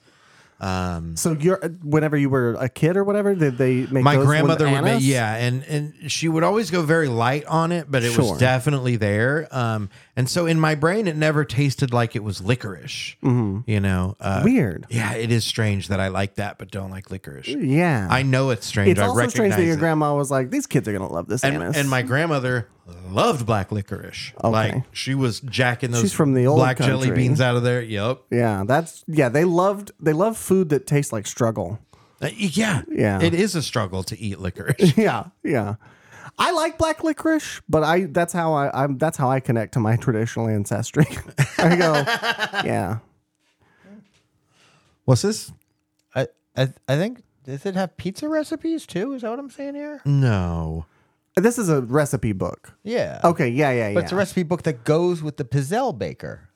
Speaker 3: So you're whenever you were a kid or whatever, did they make
Speaker 1: My
Speaker 3: those with
Speaker 1: grandmother would make
Speaker 3: anise?
Speaker 1: yeah, and and she would always go very light on it, but it
Speaker 3: Sure.
Speaker 1: was definitely there. Um, and so in my brain, it never tasted like it was licorice. You know, uh,
Speaker 3: Mm-hmm. Weird.
Speaker 1: Yeah, it is strange that I like that, but don't like licorice.
Speaker 3: Yeah,
Speaker 1: I know it's strange.
Speaker 3: It's
Speaker 1: I
Speaker 3: also
Speaker 1: recognize
Speaker 3: strange that your
Speaker 1: it.
Speaker 3: grandma was like, "These kids are gonna love this."
Speaker 1: and,
Speaker 3: anise."
Speaker 1: and my grandmother loved black licorice. Like she was jacking those
Speaker 3: She's from the old
Speaker 1: black jelly
Speaker 3: country.
Speaker 1: beans out of there. Yep.
Speaker 3: yeah, that's yeah. They loved they love food that tastes like struggle.
Speaker 1: Uh, yeah.
Speaker 3: Yeah.
Speaker 1: It is a struggle to eat licorice.
Speaker 3: Yeah, yeah. I like black licorice, but I that's how I I'm that's how I connect to my traditional ancestry. I go, yeah.
Speaker 1: What's this?
Speaker 2: I I, I think does it have pizza recipes too? Is that what I'm saying here?
Speaker 1: Mm. No.
Speaker 3: This is a recipe book.
Speaker 2: Yeah.
Speaker 1: Oh,
Speaker 3: Okay, yeah, yeah, yeah.
Speaker 2: But it's a recipe book that goes with the pizzelle baker.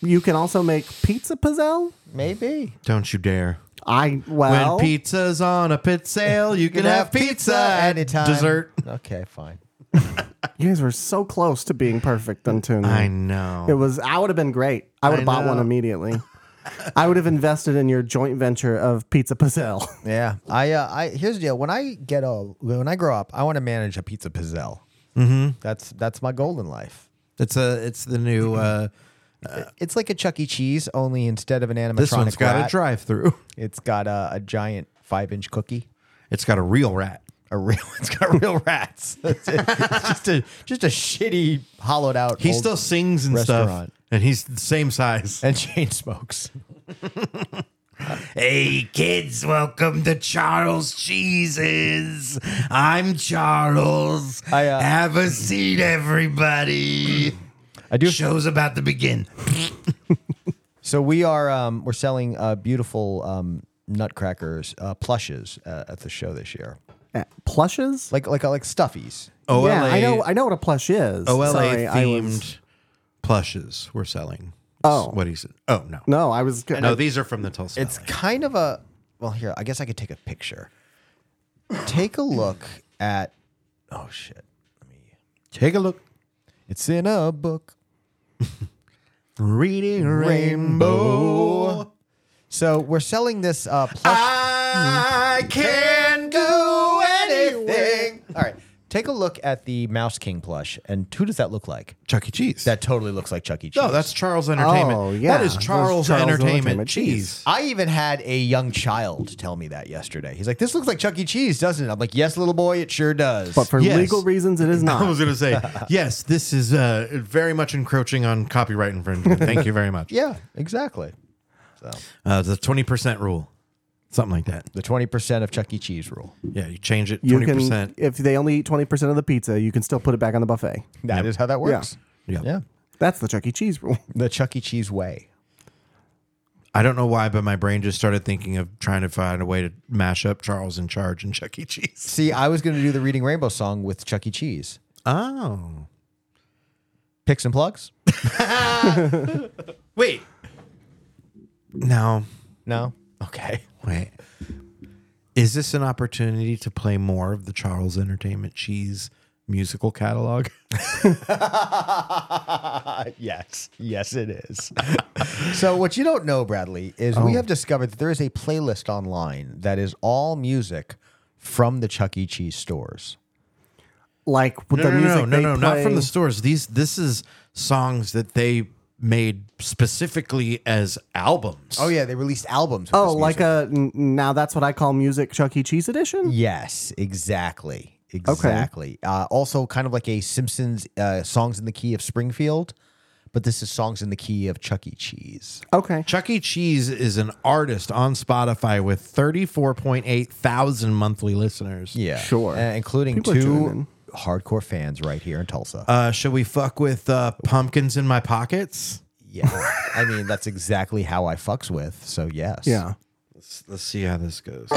Speaker 3: you can also make pizza pizzelle.
Speaker 2: Maybe.
Speaker 1: Don't you dare.
Speaker 3: I well,
Speaker 1: when pizza's on a pit sale, you can, have, pizza at
Speaker 2: anytime.
Speaker 1: Dessert.
Speaker 2: Okay, fine.
Speaker 3: you guys were so close to being perfect until now.
Speaker 1: I know.
Speaker 3: It was. I would have been great. I would have bought one
Speaker 1: know.
Speaker 3: immediately. I would have invested in your joint venture of pizza pizzelle.
Speaker 2: Yeah. I uh, I here's the deal. When I get a when I grow up, I want to manage a pizza pizzelle. Mm-hmm. That's that's my goal in life.
Speaker 1: it's a it's the new uh
Speaker 2: It's like a Chuck E. Cheese, only instead of an animatronic
Speaker 1: this one's got
Speaker 2: rat,
Speaker 1: a drive through.
Speaker 2: it's got a, a giant five inch cookie.
Speaker 1: It's got a real rat.
Speaker 2: A real, it's got real rats. That's it. It's just a just a shitty hollowed out.
Speaker 1: He
Speaker 2: old-
Speaker 1: still sings and stuff.
Speaker 2: restaurant.
Speaker 1: And he's the same size.
Speaker 2: and chain smokes.
Speaker 1: Hey kids, welcome to Charles Cheeses. I'm Charles.
Speaker 2: I, uh,
Speaker 1: Have a seat, everybody.
Speaker 2: I do.
Speaker 1: Show's about to begin.
Speaker 2: So we are um, we're selling uh, beautiful um, nutcrackers uh, plushes uh, at the show this year,
Speaker 3: Uh, Plushes?
Speaker 2: like like like stuffies.
Speaker 1: OLA,
Speaker 3: yeah, I know. I know what a plush is.
Speaker 1: OLA
Speaker 3: Sorry, I
Speaker 1: themed
Speaker 3: was-
Speaker 1: plushes we're selling.
Speaker 3: Oh.
Speaker 1: what he said. Oh no,
Speaker 3: no, I was.
Speaker 1: no, these are from the Tulsa.
Speaker 2: It's
Speaker 1: Valley.
Speaker 2: kind of a well. Here, I guess I could take a picture. Take a look at. Oh shit!
Speaker 1: take a look.
Speaker 2: It's in a book.
Speaker 1: Reading rainbow.
Speaker 2: So we're selling this uh, plush.
Speaker 1: I can do anything.
Speaker 2: All right. Take a look at the Mouse King plush, and who does that look like?
Speaker 1: Chuck E. Cheese.
Speaker 2: That totally looks like Chuck E. Cheese.
Speaker 1: no, that's Charles Entertainment.
Speaker 3: Oh, yeah.
Speaker 1: that is
Speaker 3: Those
Speaker 1: Charles,
Speaker 3: Charles
Speaker 1: Entertainment,
Speaker 3: Entertainment
Speaker 1: Cheese.
Speaker 2: I even had a young child tell me that yesterday. He's like, "This looks like Chuck E. Cheese, doesn't it?" I'm like, "Yes, little boy, it sure does."
Speaker 3: But for
Speaker 1: Yes.
Speaker 3: legal reasons, it is
Speaker 1: I was
Speaker 3: not.
Speaker 1: going to say yes. This is uh, very much encroaching on copyright infringement. Thank you very much.
Speaker 2: yeah, exactly.
Speaker 1: Uh, the twenty percent rule. something like that.
Speaker 2: The twenty percent of Chuck E. Cheese rule.
Speaker 1: Yeah, you change it
Speaker 3: You
Speaker 1: twenty
Speaker 3: can,
Speaker 1: percent.
Speaker 3: if they only eat twenty percent of the pizza, you can still put it back on the buffet.
Speaker 2: That is how that works.
Speaker 1: Yeah.
Speaker 2: Yeah.
Speaker 3: That's the Chuck E. Cheese rule.
Speaker 2: The Chuck E. Cheese way.
Speaker 1: I don't know why, but my brain just started thinking of trying to find a way to mash up Charles in Charge and Chuck E. Cheese.
Speaker 2: See, I was going to do the Reading Rainbow song with Chuck E. Cheese.
Speaker 1: Oh,
Speaker 2: Picks and plugs?
Speaker 1: wait. No,
Speaker 2: No. Okay.
Speaker 1: wait. Is this an opportunity to play more of the Charles Entertainment Cheese musical catalog?
Speaker 2: yes. Yes, it is. so, what you don't know, Bradley, is we have discovered that there is a playlist online that is all music from the Chuck E. Cheese stores.
Speaker 3: Like with
Speaker 1: No,
Speaker 3: the
Speaker 1: no,
Speaker 3: music
Speaker 1: no, no,
Speaker 3: they
Speaker 1: no, not from
Speaker 3: play.
Speaker 1: the stores. These this is songs that they made specifically as albums.
Speaker 2: Oh, yeah. They released albums. With
Speaker 3: Oh,
Speaker 2: this
Speaker 3: like
Speaker 2: music.
Speaker 3: a n- now that's what I call music Chuck E. Cheese edition.
Speaker 2: Yes, exactly. Exactly. Uh, also, kind of like a Simpsons uh, Songs in the Key of Springfield, but this is Songs in the Key of Chuck E. Cheese.
Speaker 3: Okay,
Speaker 1: Chuck E. Cheese is an artist on Spotify with 34.8 thousand monthly listeners.
Speaker 2: Yeah.
Speaker 3: Sure.
Speaker 2: Uh, including
Speaker 3: People are
Speaker 2: two
Speaker 3: tuning
Speaker 2: hardcore fans right here in Tulsa.
Speaker 1: Uh, should we fuck with uh, pumpkins in my pockets?
Speaker 2: yeah. I mean, that's exactly how I fucks with. So, yes.
Speaker 3: yeah.
Speaker 1: Let's, let's see how this goes.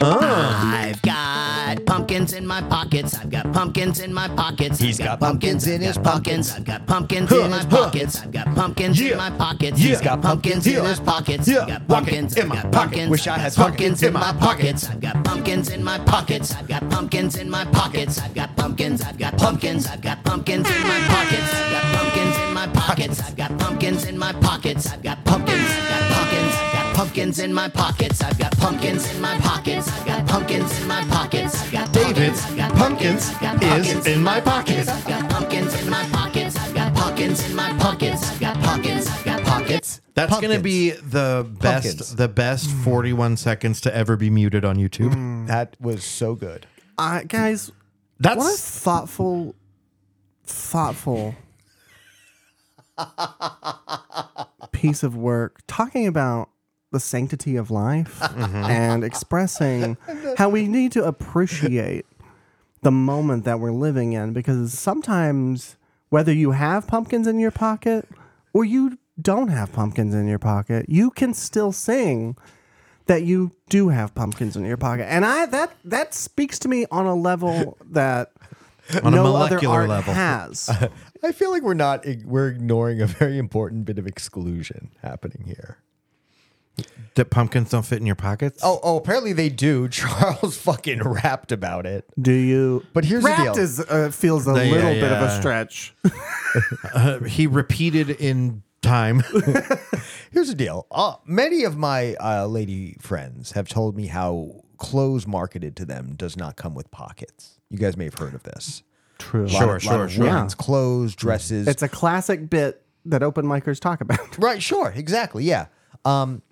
Speaker 6: I've got pumpkins in my pockets. I've got pumpkins in my pockets. He's
Speaker 2: got pumpkins in his pockets.
Speaker 6: I've got pumpkins in my pockets. I've got pumpkins in my pockets. He's got pumpkins in his pockets. I've got pumpkins in my pockets.
Speaker 2: Wish I
Speaker 6: I've
Speaker 2: had
Speaker 6: got pumpkins in my pockets. I've got pumpkins in my pockets. I've got pumpkins in my pockets. I've got pumpkins. I've got pumpkins. I've got pumpkins in my pockets. I've got pumpkins in my pockets. I've got pumpkins in my pockets. I've got pumpkins. I've got pumpkins. I've got pumpkins in my pockets. I've got pumpkins in my pockets. I've got pumpkins in my pockets. I've got
Speaker 1: David's
Speaker 6: pumpkins. I've got
Speaker 1: pumpkins
Speaker 6: I've got
Speaker 1: is in my pockets.
Speaker 6: I've got pumpkins in my pockets. I've got pumpkins in my pockets. I've got pumpkins. I've got pockets.
Speaker 1: That's
Speaker 2: Pumpkins.
Speaker 1: gonna be the best
Speaker 2: Pumpkins.
Speaker 1: the best 41 seconds to ever be muted on YouTube.
Speaker 2: That was so good.
Speaker 3: Uh, guys,
Speaker 1: That's
Speaker 3: what a thoughtful, thoughtful piece of work talking about the sanctity of life
Speaker 1: Mm-hmm.
Speaker 3: and expressing how we need to appreciate the moment that we're living in because sometimes whether you have pumpkins in your pocket or you don't have pumpkins in your pocket you can still sing that you do have pumpkins in your pocket and i that that speaks to me on a level that
Speaker 1: On a
Speaker 3: no other
Speaker 1: molecular
Speaker 3: art
Speaker 1: level.
Speaker 3: has
Speaker 2: I feel like we're not, we're ignoring a very important bit of exclusion happening here.
Speaker 1: that pumpkins don't fit in your pockets.
Speaker 2: Oh, oh, apparently they do. Charles fucking rapped about it.
Speaker 3: do you
Speaker 2: But here's the
Speaker 3: Wrapped
Speaker 2: deal.
Speaker 3: is, uh, feels a
Speaker 1: Yeah,
Speaker 3: little bit of
Speaker 1: yeah.
Speaker 3: a stretch
Speaker 1: he repeated in time.
Speaker 2: Here's the deal. Uh, many of my uh, lady friends have told me how clothes marketed to them does not come with pockets. You guys may have heard of this.
Speaker 3: true
Speaker 2: A lot
Speaker 1: Sure,
Speaker 2: of- lot
Speaker 1: sure,
Speaker 2: of
Speaker 1: sure.
Speaker 2: women's clothes, dresses.
Speaker 3: It's a classic bit that open micers talk about.
Speaker 2: right, sure, exactly, yeah. Um,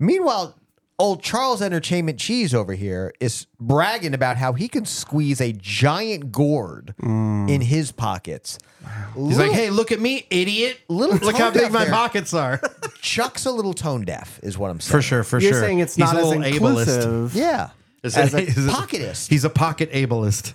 Speaker 2: meanwhile, old Charles Entertainment Cheese over here is bragging about how he can squeeze a giant gourd in his pockets.
Speaker 1: Mm. He's like, "Hey, look at me, idiot!
Speaker 2: Little
Speaker 1: look how
Speaker 2: toned
Speaker 1: big
Speaker 2: up
Speaker 1: my
Speaker 2: there.
Speaker 1: pockets are."
Speaker 2: Chuck's a little tone deaf, is what I'm saying.
Speaker 1: For sure, for
Speaker 3: You're
Speaker 1: sure.
Speaker 3: saying it's
Speaker 1: He's
Speaker 3: not
Speaker 1: a
Speaker 3: as
Speaker 1: little
Speaker 3: inclusive.
Speaker 2: Yeah.
Speaker 1: Is
Speaker 2: As
Speaker 1: it-
Speaker 2: a
Speaker 1: is it-
Speaker 2: pocketist.
Speaker 1: He's a pocket ableist.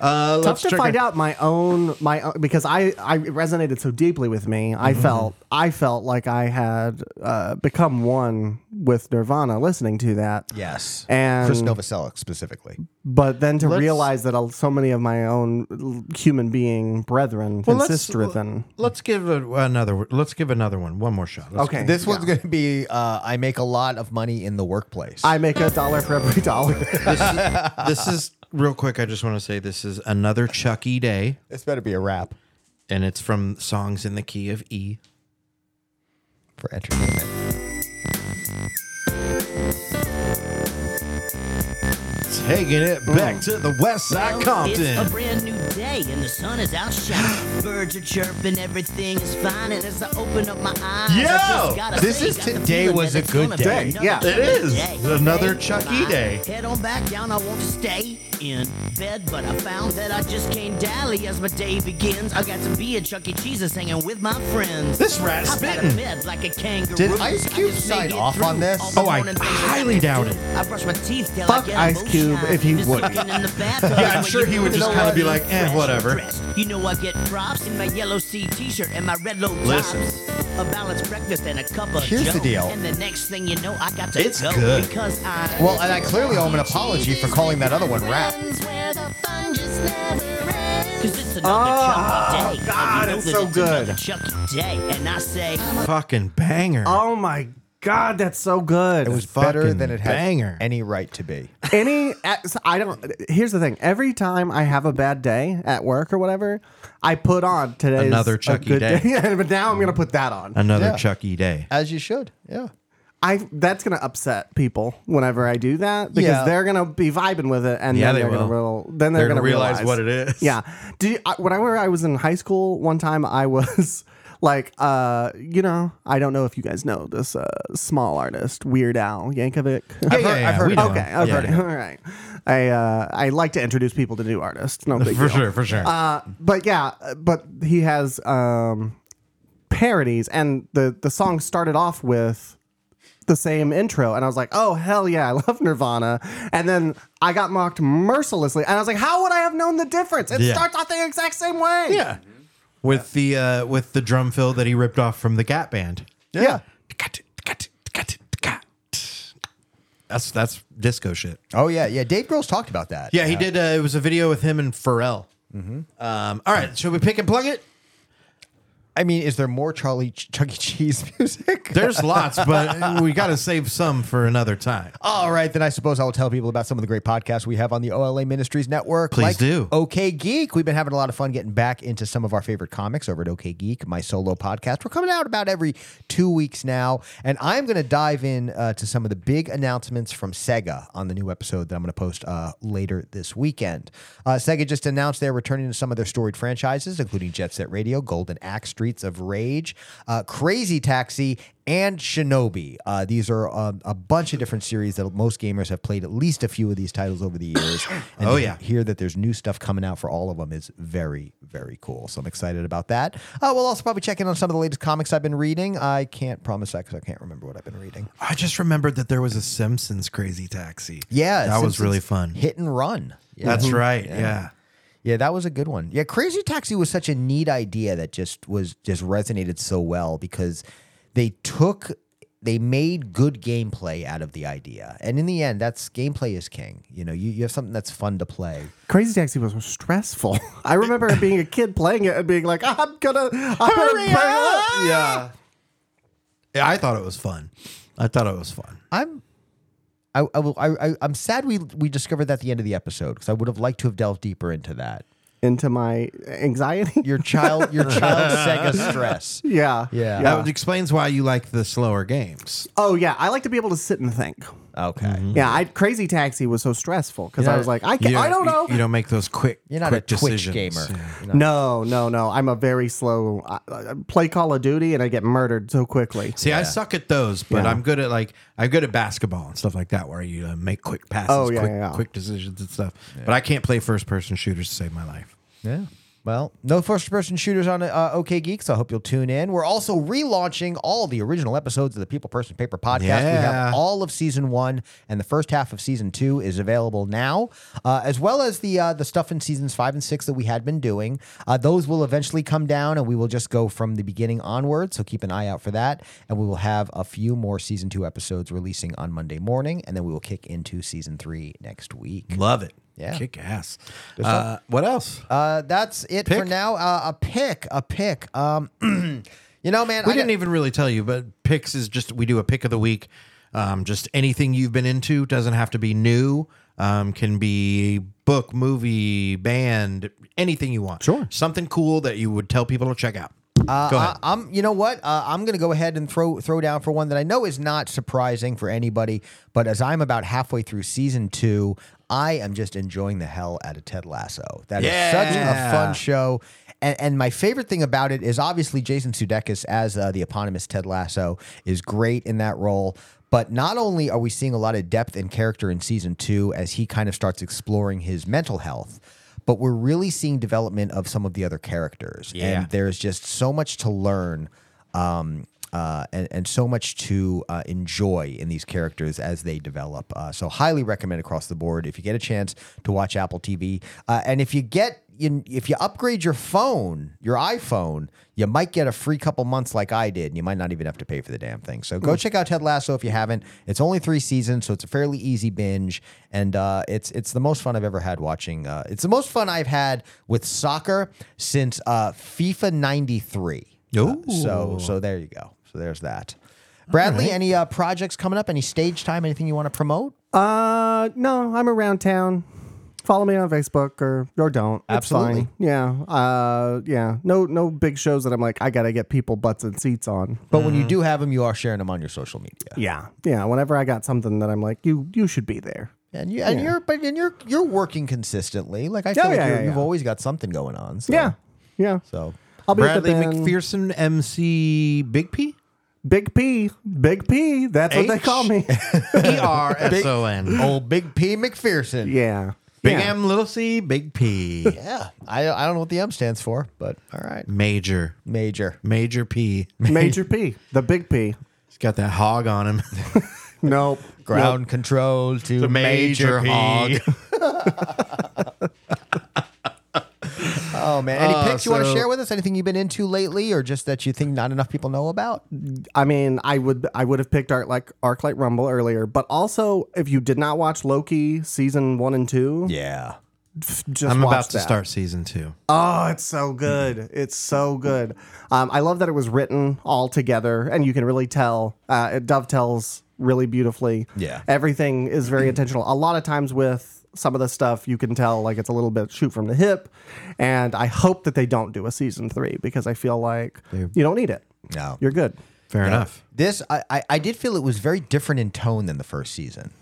Speaker 1: Uh,
Speaker 3: Tough
Speaker 1: let's
Speaker 3: to
Speaker 1: check
Speaker 3: find
Speaker 1: it.
Speaker 3: out my own my own, because I I it resonated so deeply with me. I
Speaker 2: Mm-hmm.
Speaker 3: felt I felt like I had uh, become one with Nirvana listening to that.
Speaker 2: Yes.
Speaker 3: And-
Speaker 2: Chris Novoselic specifically.
Speaker 3: But then to realize that I'll- so many of my own l- human being brethren
Speaker 1: Well,
Speaker 3: and
Speaker 1: let's-
Speaker 2: uh,
Speaker 3: sisterethen.
Speaker 1: Let's give a, another. Let's give another one. One more shot. Let's
Speaker 3: Okay.
Speaker 2: This one's going to be uh, I make a lot of money in the workplace.
Speaker 3: I make a dollar for every dollar.
Speaker 1: go. This is real quick. I just want to say this is another Chuck E. Day,
Speaker 2: this better be a rap
Speaker 1: and it's from songs in the key of E.
Speaker 2: for entertainment.
Speaker 1: Taking it back to the West Side
Speaker 6: It's a brand new day and the sun is out shining. Birds are chirping, everything is fine. And as I open up my eyes,
Speaker 1: Yo!
Speaker 6: I just gotta
Speaker 2: This
Speaker 6: say,
Speaker 2: is
Speaker 6: got the
Speaker 2: today
Speaker 6: feeling
Speaker 2: was
Speaker 6: that
Speaker 2: a
Speaker 6: it's
Speaker 2: good
Speaker 6: gonna be
Speaker 2: day.
Speaker 6: another
Speaker 3: Yeah.
Speaker 1: It
Speaker 6: good
Speaker 1: is. Another
Speaker 6: Hey,
Speaker 1: Chuck E.
Speaker 6: bye.
Speaker 1: day.
Speaker 6: Head on back down, I want to stay in bed, but I found that I just can't dally as my day begins. I got to be at Chuck E. Cheese's hanging with my friends.
Speaker 1: This rat's
Speaker 6: Hop out of
Speaker 1: spitting.
Speaker 6: bed like a kangaroo.
Speaker 2: Did Ice
Speaker 6: I
Speaker 2: Cube
Speaker 6: just may
Speaker 2: sign
Speaker 6: get
Speaker 2: off on
Speaker 6: through
Speaker 2: this?
Speaker 6: all the
Speaker 1: Oh, I
Speaker 6: morning things
Speaker 1: highly
Speaker 6: I
Speaker 1: doubt
Speaker 6: do. I brush my teeth till
Speaker 3: Fuck
Speaker 6: I get
Speaker 3: Ice Cube
Speaker 6: moonshine.
Speaker 3: if he
Speaker 6: Just
Speaker 3: would.
Speaker 6: looking in the bathroom
Speaker 1: Yeah, I'm
Speaker 6: is
Speaker 1: sure
Speaker 6: what
Speaker 1: he
Speaker 6: you
Speaker 1: would
Speaker 6: do.
Speaker 1: just
Speaker 6: You know
Speaker 1: kinda be
Speaker 6: what?
Speaker 1: like, eh,
Speaker 6: Fresh
Speaker 1: whatever.
Speaker 6: dressed. You know I get props in my yellow C t-shirt and my red low tops.
Speaker 1: Listen.
Speaker 6: A balanced breakfast and a cup of
Speaker 2: Here's
Speaker 6: joe.
Speaker 2: the deal.
Speaker 6: And the next thing you know, I got to
Speaker 1: It's
Speaker 6: go
Speaker 1: good.
Speaker 6: because I
Speaker 2: Well, and I clearly owe him an apology for calling that other one rap.
Speaker 6: Cause it's another Chucky day.
Speaker 3: God,
Speaker 6: and you know
Speaker 3: it's
Speaker 6: that
Speaker 3: so
Speaker 6: another
Speaker 3: good.
Speaker 6: Chucky day, and I say,
Speaker 1: Fucking banger.
Speaker 3: Oh my god, that's so good.
Speaker 2: It was
Speaker 1: Fucking
Speaker 2: better than it had
Speaker 1: banger.
Speaker 2: any right to be.
Speaker 3: any i don't here's the thing every time i have a bad day at work or whatever i put on today's
Speaker 1: Another
Speaker 3: a
Speaker 1: Chucky
Speaker 3: good
Speaker 1: day.
Speaker 3: Yeah, but now i'm gonna put that on
Speaker 1: Another
Speaker 2: Yeah.
Speaker 1: Chuck E. day.
Speaker 2: As you should. Yeah.
Speaker 3: i that's gonna upset people whenever i do that because
Speaker 2: Yeah.
Speaker 3: they're gonna be vibing with it and
Speaker 1: Yeah,
Speaker 3: then
Speaker 1: they
Speaker 3: they are gonna
Speaker 1: will.
Speaker 3: real, then they're,
Speaker 1: They're
Speaker 3: gonna,
Speaker 1: gonna realize what it is.
Speaker 3: yeah do you, I, whenever i was in high school one time i was like uh you know i don't know if you guys know this uh small artist weird al yankovic
Speaker 2: I've heard- I've heard
Speaker 1: we
Speaker 2: it.
Speaker 1: know.
Speaker 3: Okay, okay,
Speaker 1: Yeah, yeah.
Speaker 3: all right. I uh, I like to introduce people to new artists. No big
Speaker 1: For
Speaker 3: deal.
Speaker 1: sure, for sure.
Speaker 3: Uh, but yeah, but he has um, parodies, and the the song started off with the same intro, and I was like, oh hell yeah, I love Nirvana. And then I got mocked mercilessly, and I was like, how would I have known the difference? It
Speaker 1: Yeah.
Speaker 3: starts off the exact same way.
Speaker 1: yeah. With the uh, with the drum fill that he ripped off from the Gap band.
Speaker 2: Yeah.
Speaker 1: That's that's disco shit.
Speaker 2: Oh yeah, yeah. Dave Grohl's talked about that.
Speaker 1: Yeah, he did. Uh, it was a video with him and Pharrell. Um, all right, should we pick and plug it?
Speaker 2: I mean, is there more Charlie Ch- Chuck E. Cheese music?
Speaker 1: There's lots, but we got to save some for another time.
Speaker 2: All right, then I suppose I will tell people about some of the great podcasts we have on the OLA Ministries Network.
Speaker 1: Please do.
Speaker 2: OK Geek. We've been having a lot of fun getting back into some of our favorite comics over at OK Geek, my solo podcast. We're coming out about every two weeks now, and I'm going to dive in uh, to some of the big announcements from Sega on the new episode that I'm going to post uh, later this weekend. Uh, Sega just announced they're returning to some of their storied franchises, including Jet Set Radio, Golden Axe, Streets of Rage, uh, Crazy Taxi, and Shinobi. Uh, these are uh, a bunch of different series that most gamers have played at least a few of these titles over the years. And
Speaker 1: Oh,
Speaker 2: to
Speaker 1: yeah.
Speaker 2: hear that there's new stuff coming out for all of them is very very cool. So I'm excited about that. Uh, we'll also probably check in on some of the latest comics I've been reading. I can't promise that because I can't remember what I've been reading.
Speaker 1: I just remembered that there was a Simpsons Crazy Taxi. that
Speaker 2: Yeah,
Speaker 1: was
Speaker 2: Simpsons
Speaker 1: really fun.
Speaker 2: Hit and run. Yeah.
Speaker 1: That's right. Yeah.
Speaker 2: Yeah, that was a good one. Yeah, Crazy Taxi was such a neat idea that just was just resonated so well because they took they made good gameplay out of the idea. And in the end, that's gameplay is king. You know, you, you have something that's fun to play.
Speaker 3: Crazy Taxi was stressful. I remember being a kid playing it and being like, I'm gonna, I'm
Speaker 2: Hurry
Speaker 3: gonna burn
Speaker 2: up!
Speaker 1: Yeah. Yeah, I thought it was fun. I thought it was fun.
Speaker 2: I'm I, I, will- I, I I'm sad we we discovered that at the end of the episode because I would have liked to have delved deeper into that.
Speaker 3: into my anxiety.
Speaker 2: Your child your child Sega stress.
Speaker 3: Yeah.
Speaker 2: Yeah.
Speaker 1: That explains why you like the slower games.
Speaker 3: Oh yeah, I like to be able to sit and think.
Speaker 2: Okay.
Speaker 1: Mm-hmm.
Speaker 3: Yeah, I Crazy Taxi was so stressful because
Speaker 2: Yeah.
Speaker 3: I was like, I can, I don't know.
Speaker 1: You, don't make those quick.
Speaker 2: You're not
Speaker 1: quick
Speaker 2: a Twitch
Speaker 1: decisions.
Speaker 2: gamer.
Speaker 1: Yeah.
Speaker 2: You're not-
Speaker 3: no, no, no. I'm a very slow. I, I play Call of Duty and I get murdered so quickly.
Speaker 1: See, I suck at those, but
Speaker 3: Yeah.
Speaker 1: I'm good at like I'm good at basketball and stuff like that, where you uh, make quick passes,
Speaker 3: Oh, yeah,
Speaker 1: quick,
Speaker 3: yeah, yeah.
Speaker 1: quick decisions and stuff. But I can't play first person shooters to save my life.
Speaker 2: Yeah. Well, no first person shooters on uh, OK Geek, so I hope you'll tune in. We're also relaunching all the original episodes of the People Person Paper podcast. We
Speaker 1: Yeah.
Speaker 2: have all of season one and the first half of season two is available now, uh, as well as the uh, the stuff in seasons five and six that we had been doing. Uh, those will eventually come down, and we will just go from the beginning onward. So keep an eye out for that, and we will have a few more season two episodes releasing on Monday morning, and then we will kick into season three next week.
Speaker 1: Love it.
Speaker 2: Yeah.
Speaker 1: kick ass. Uh, what else?
Speaker 2: Uh, that's it for
Speaker 1: Pick?
Speaker 2: now. Uh, a pick, a pick. Um, you know, man,
Speaker 1: we
Speaker 2: I
Speaker 1: didn't
Speaker 2: got-
Speaker 1: even really tell you, but picks is just we do a pick of the week. Um, just anything you've been into doesn't have to be new. Um, can be book, movie, band, anything you want. Sure, something cool that you would tell people to check out.
Speaker 2: Uh,
Speaker 1: Go ahead.
Speaker 2: I, am You know what? Uh, I'm going to go ahead and throw throw down for one that I know is not surprising for anybody, but as I'm about halfway through season two, I am just enjoying the hell out of Ted Lasso. That is such a
Speaker 1: Yeah.
Speaker 2: fun show, and, and my favorite thing about it is obviously Jason Sudeikis as uh, the eponymous Ted Lasso is great in that role. But not only are we seeing a lot of depth and character in season two as he kind of starts exploring his mental health. But we're really seeing development of some of the other characters,
Speaker 1: Yeah.
Speaker 2: and there's just so much to learn um, uh, and, and so much to uh, enjoy in these characters as they develop. Uh, so, highly recommend across the board if you get a chance to watch Apple TV. Uh, and if you get you, if you upgrade your phone, your iPhone, you might get a free couple months like I did, and you might not even have to pay for the damn thing. So go check out Ted Lasso if you haven't. It's only three seasons, so it's a fairly easy binge, and uh, it's it's the most fun I've ever had watching. Uh, it's the most fun I've had with soccer since uh, FIFA '93.
Speaker 1: Ooh.
Speaker 2: Uh, so so there you go. So there's that. Bradley, any uh, projects coming up? Any stage time? Anything you want to promote?
Speaker 3: Uh, no, I'm around town. Follow me on Facebook or or don't. It's
Speaker 2: Absolutely.
Speaker 3: fine. Yeah. Uh, yeah. No, no big shows that I'm like I gotta get people butts and seats on.
Speaker 2: But when you do have them, you are sharing them on your social media.
Speaker 3: Yeah. Yeah. Whenever I got something that I'm like, you you should be there.
Speaker 2: And you and you're but and you're you're working consistently. Like I
Speaker 3: Yeah,
Speaker 2: feel like
Speaker 3: yeah,
Speaker 2: you're,
Speaker 3: yeah,
Speaker 2: you've
Speaker 3: yeah.
Speaker 2: always got something going on. So,
Speaker 3: Yeah. Yeah.
Speaker 2: So
Speaker 3: I'll be
Speaker 1: Bradley
Speaker 3: at the bin.
Speaker 1: McPherson, MC Big P?
Speaker 3: Big P. Big P. That's what they
Speaker 1: H.
Speaker 3: call me.
Speaker 1: E R S O N.
Speaker 2: old Big P McPherson.
Speaker 3: yeah.
Speaker 1: Big
Speaker 3: yeah.
Speaker 1: M, little C, big P.
Speaker 2: Yeah. I I don't know what the M stands for, but all right.
Speaker 1: Major.
Speaker 2: Major.
Speaker 1: Major P.
Speaker 3: Major P. The big P.
Speaker 1: He's got that hog on him.
Speaker 3: Nope.
Speaker 2: Ground control to
Speaker 1: The
Speaker 2: Major,
Speaker 1: major
Speaker 2: P.
Speaker 1: hog.
Speaker 2: oh man. Any
Speaker 1: Uh,
Speaker 2: picks you want to
Speaker 1: so-
Speaker 2: share with us? Anything you've been into lately or just that you think not enough people know about?
Speaker 3: I mean, I would I would have picked Art like Arclight Rumble earlier, but also if you did not watch Loki season one and two,
Speaker 2: Yeah.
Speaker 3: just
Speaker 1: I'm
Speaker 3: watch
Speaker 1: about to
Speaker 3: that.
Speaker 1: start season two.
Speaker 3: Oh, it's so good! It's so good. Um, I love that it was written all together, and you can really tell uh, it dovetails really beautifully.
Speaker 2: Yeah.
Speaker 3: everything is very intentional. A lot of times with some of the stuff, you can tell like it's a little bit shoot from the hip, and I hope that they don't do a season three because I feel like you don't need it.
Speaker 2: No.
Speaker 3: You're good.
Speaker 1: Fair enough.
Speaker 2: This I, I I did feel it was very different in tone than the first season.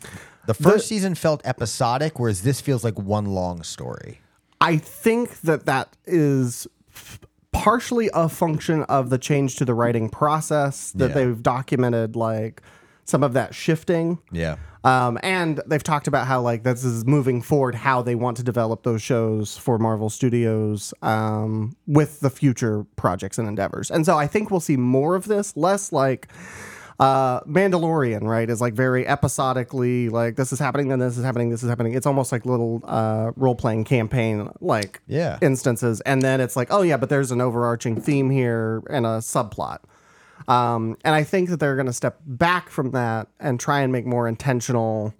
Speaker 2: The first season felt episodic, whereas this feels like one long story.
Speaker 3: I think that that is f- partially a function of the change to the writing process that
Speaker 2: Yeah.
Speaker 3: they've documented, like some of that shifting.
Speaker 2: Yeah.
Speaker 3: Um, and they've talked about how like this is moving forward, how they want to develop those shows for Marvel Studios um, with the future projects and endeavors. And so I think we'll see more of this, less like uh, Mandalorian, right? Is like very episodically like this is happening, then this is happening, this is happening. It's almost like little uh, role playing campaign like
Speaker 2: Yeah.
Speaker 3: instances, and then it's like oh yeah, but there's an overarching theme here and a subplot. Um, and I think that they're going to step back from that and try and make more intentional,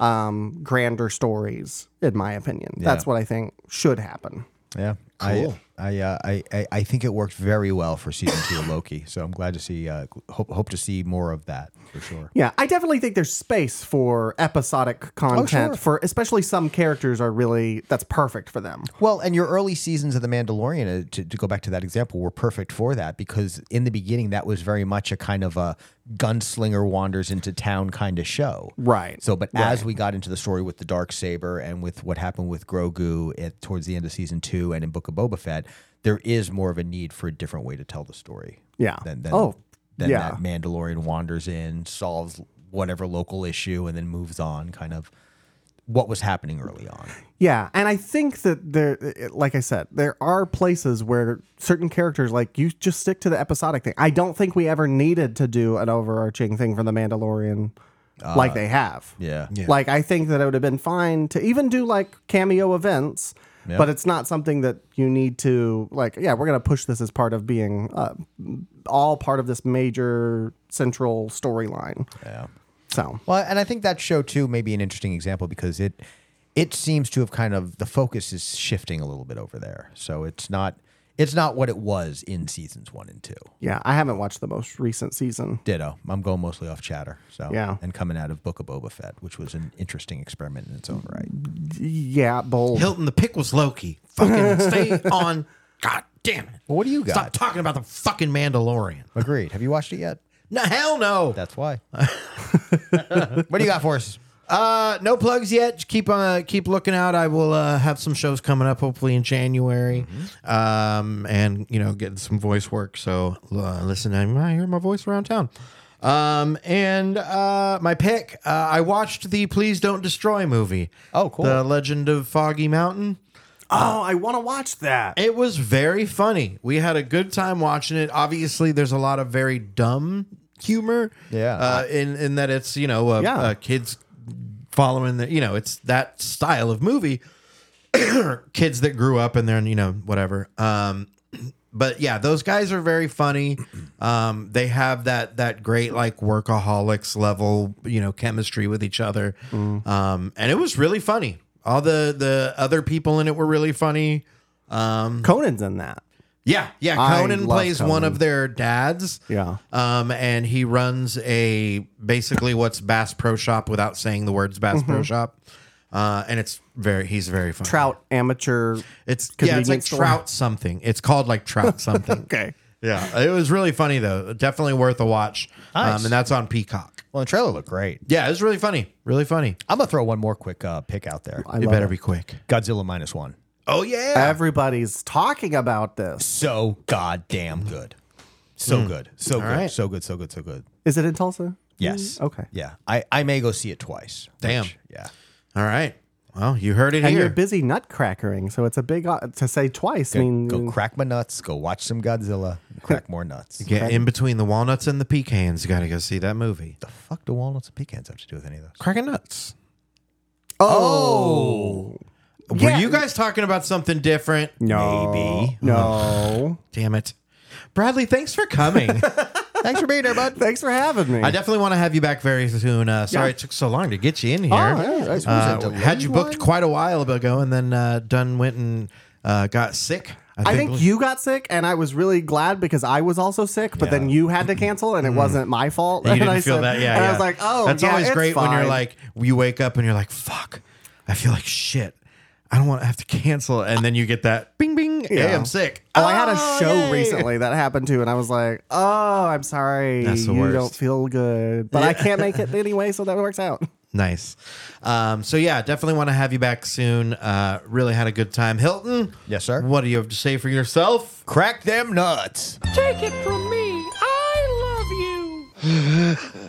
Speaker 3: um, grander stories. In my opinion, that's what I think should happen.
Speaker 2: Yeah,
Speaker 1: Cool.
Speaker 2: I I, uh, I I I think it worked very well for season two of Loki. So I'm glad to see. Uh, hope hope to see more of that for sure.
Speaker 3: Yeah, I definitely think there's space for episodic content
Speaker 2: sure.
Speaker 3: for especially some characters are really that's perfect for them.
Speaker 2: Well, and your early seasons of The Mandalorian, uh, to, to go back to that example, were perfect for that because in the beginning that was very much a kind of a gunslinger wanders into town kind of show.
Speaker 3: Right.
Speaker 2: So, but as we got into the story with the dark saber and with what happened with Grogu at towards the end of season two and in Book of Boba Fett, there is more of a need for a different way to tell the story.
Speaker 3: Yeah.
Speaker 2: Than, than,
Speaker 3: Oh,
Speaker 2: than
Speaker 3: yeah.
Speaker 2: that Mandalorian wanders in, solves whatever local issue, and then moves on. Kind of what was happening early on.
Speaker 3: Yeah, and I think that there, it- like I said, there are places where certain characters, like you, just stick to the episodic thing. I don't think we ever needed to do an overarching thing for the Mandalorian, like they have.
Speaker 2: Yeah.
Speaker 3: Like I think that it would have been fine to even do like cameo events, but it's not something that you need to like. Yeah, we're gonna push this as part of being uh, all part of this major central storyline.
Speaker 2: Yeah.
Speaker 3: So
Speaker 2: Well, and I think that show too may be an interesting example because it it seems to have kind of the focus is shifting a little bit over there. So it's not it's not what it was in seasons one and two.
Speaker 3: yeah, I haven't watched the most recent season.
Speaker 2: Ditto. I'm going mostly off chatter. So
Speaker 3: Yeah.
Speaker 2: and coming out of Book of Boba Fett, which was an interesting experiment in its own right.
Speaker 3: Yeah, bold.
Speaker 1: Hilton, the pick was Loki. Fucking stay on God damn it.
Speaker 2: Well, what do you
Speaker 1: Stop
Speaker 2: got?
Speaker 1: talking about the fucking Mandalorian.
Speaker 2: Agreed. Have you watched it yet?
Speaker 1: No, hell no.
Speaker 2: That's why. what do you got for us?
Speaker 1: Uh, no plugs yet. Just keep uh, keep looking out. I will uh, have some shows coming up, hopefully in January, um, and you know, getting some voice work. So uh, listen, I might hear my voice around town. Um, and uh, my pick. Uh, I watched the Please Don't Destroy movie.
Speaker 2: Oh, cool.
Speaker 1: The Legend of Foggy Mountain.
Speaker 3: Oh, I want to watch that.
Speaker 1: It was very funny. We had a good time watching it. Obviously, there's a lot of very dumb humor.
Speaker 2: Yeah.
Speaker 1: Uh, in in that it's you know uh
Speaker 3: Yeah.
Speaker 1: uh, kids following the you know it's that style of movie. kids that grew up and then you know whatever. Um, but yeah, those guys are very funny. Um, they have that that great like workaholics level, you know, chemistry with each other. Um, and it was really funny. All the the other people in it were really funny.
Speaker 3: Conan's in that.
Speaker 1: Yeah, yeah.
Speaker 3: I
Speaker 1: Conan
Speaker 3: love
Speaker 1: plays one
Speaker 3: Conan.
Speaker 1: of their dads.
Speaker 3: Yeah.
Speaker 1: Um, and he runs a basically what's Bass Pro Shop without saying the words Bass Pro Shop. Uh, and it's very he's very funny.
Speaker 3: Mm-hmm. Trout amateur.
Speaker 1: It's yeah, it's like
Speaker 3: convenience store.
Speaker 1: trout something. It's called like trout something.
Speaker 3: Okay.
Speaker 1: Yeah, it was really funny though. Definitely worth a watch.
Speaker 2: Nice.
Speaker 1: Um, and that's on Peacock.
Speaker 2: Well, the trailer looked great.
Speaker 1: Yeah, it was really funny. Really funny.
Speaker 2: I'm gonna throw one more quick uh, pick out there.
Speaker 1: it better be quick.
Speaker 2: Godzilla minus one.
Speaker 1: Oh yeah.
Speaker 3: Everybody's talking about this.
Speaker 2: So goddamn good. So good. So good.
Speaker 1: right.
Speaker 2: So good. So good. So good.
Speaker 3: Is it in Tulsa?
Speaker 2: Yes.
Speaker 3: Mm-hmm. Okay.
Speaker 2: Yeah. I, I may go see it twice.
Speaker 1: Damn.
Speaker 2: yeah.
Speaker 1: All right. Well, you heard it
Speaker 3: And
Speaker 1: here.
Speaker 3: you're busy nutcrackering, so it's a big o- to say twice. I mean, uh,
Speaker 2: Go crack my nuts. Go watch some Godzilla. Crack more nuts. What
Speaker 1: Get in between the walnuts and the pecans. You got to go see that movie.
Speaker 2: the fuck do walnuts and pecans have to do with any of those?
Speaker 1: Cracking nuts.
Speaker 3: oh,
Speaker 1: Were you guys talking about something different?
Speaker 3: no,
Speaker 2: Maybe.
Speaker 3: no.
Speaker 1: Damn it. Bradley, thanks for coming.
Speaker 2: Thanks for being there, bud.
Speaker 3: Thanks for having me.
Speaker 1: I definitely want to have you back very soon. Uh, sorry
Speaker 3: Yeah. Oh,
Speaker 1: it took so long to get you in here.
Speaker 2: yeah, that's-
Speaker 1: Uh,
Speaker 2: was it
Speaker 1: had you
Speaker 2: delayed
Speaker 1: booked
Speaker 2: one?
Speaker 1: quite a while ago, and then uh, Dunn went and uh, got sick.
Speaker 3: I think you got sick, and I was really glad because I was also sick. But then you had to cancel, and it wasn't my fault.
Speaker 1: Mm. You
Speaker 3: and
Speaker 1: didn't
Speaker 3: I
Speaker 1: feel
Speaker 3: said-
Speaker 1: that, yeah.
Speaker 3: And
Speaker 1: yeah.
Speaker 3: I was like, oh,
Speaker 1: that's
Speaker 3: yeah,
Speaker 1: always
Speaker 3: it's
Speaker 1: great when you're
Speaker 3: fine.
Speaker 1: like, you wake up and you're like, fuck, I feel like shit. I don't want to have to cancel, and then you get that bing bing. Yeah,
Speaker 3: Yeah.
Speaker 1: I'm sick.
Speaker 3: Oh, I had a show
Speaker 1: yay.
Speaker 3: recently that happened too, and I was like, "Oh, I'm sorry,
Speaker 1: That's the
Speaker 3: you
Speaker 1: worst.
Speaker 3: don't feel good, but I can't make it anyway, so that works out."
Speaker 1: Nice. Um, so yeah, definitely want to have you back soon. Uh, really had a good time, Hilton.
Speaker 2: Yes, sir.
Speaker 1: What do you have to say for yourself?
Speaker 2: Crack them nuts.
Speaker 7: Take it from me. I love you.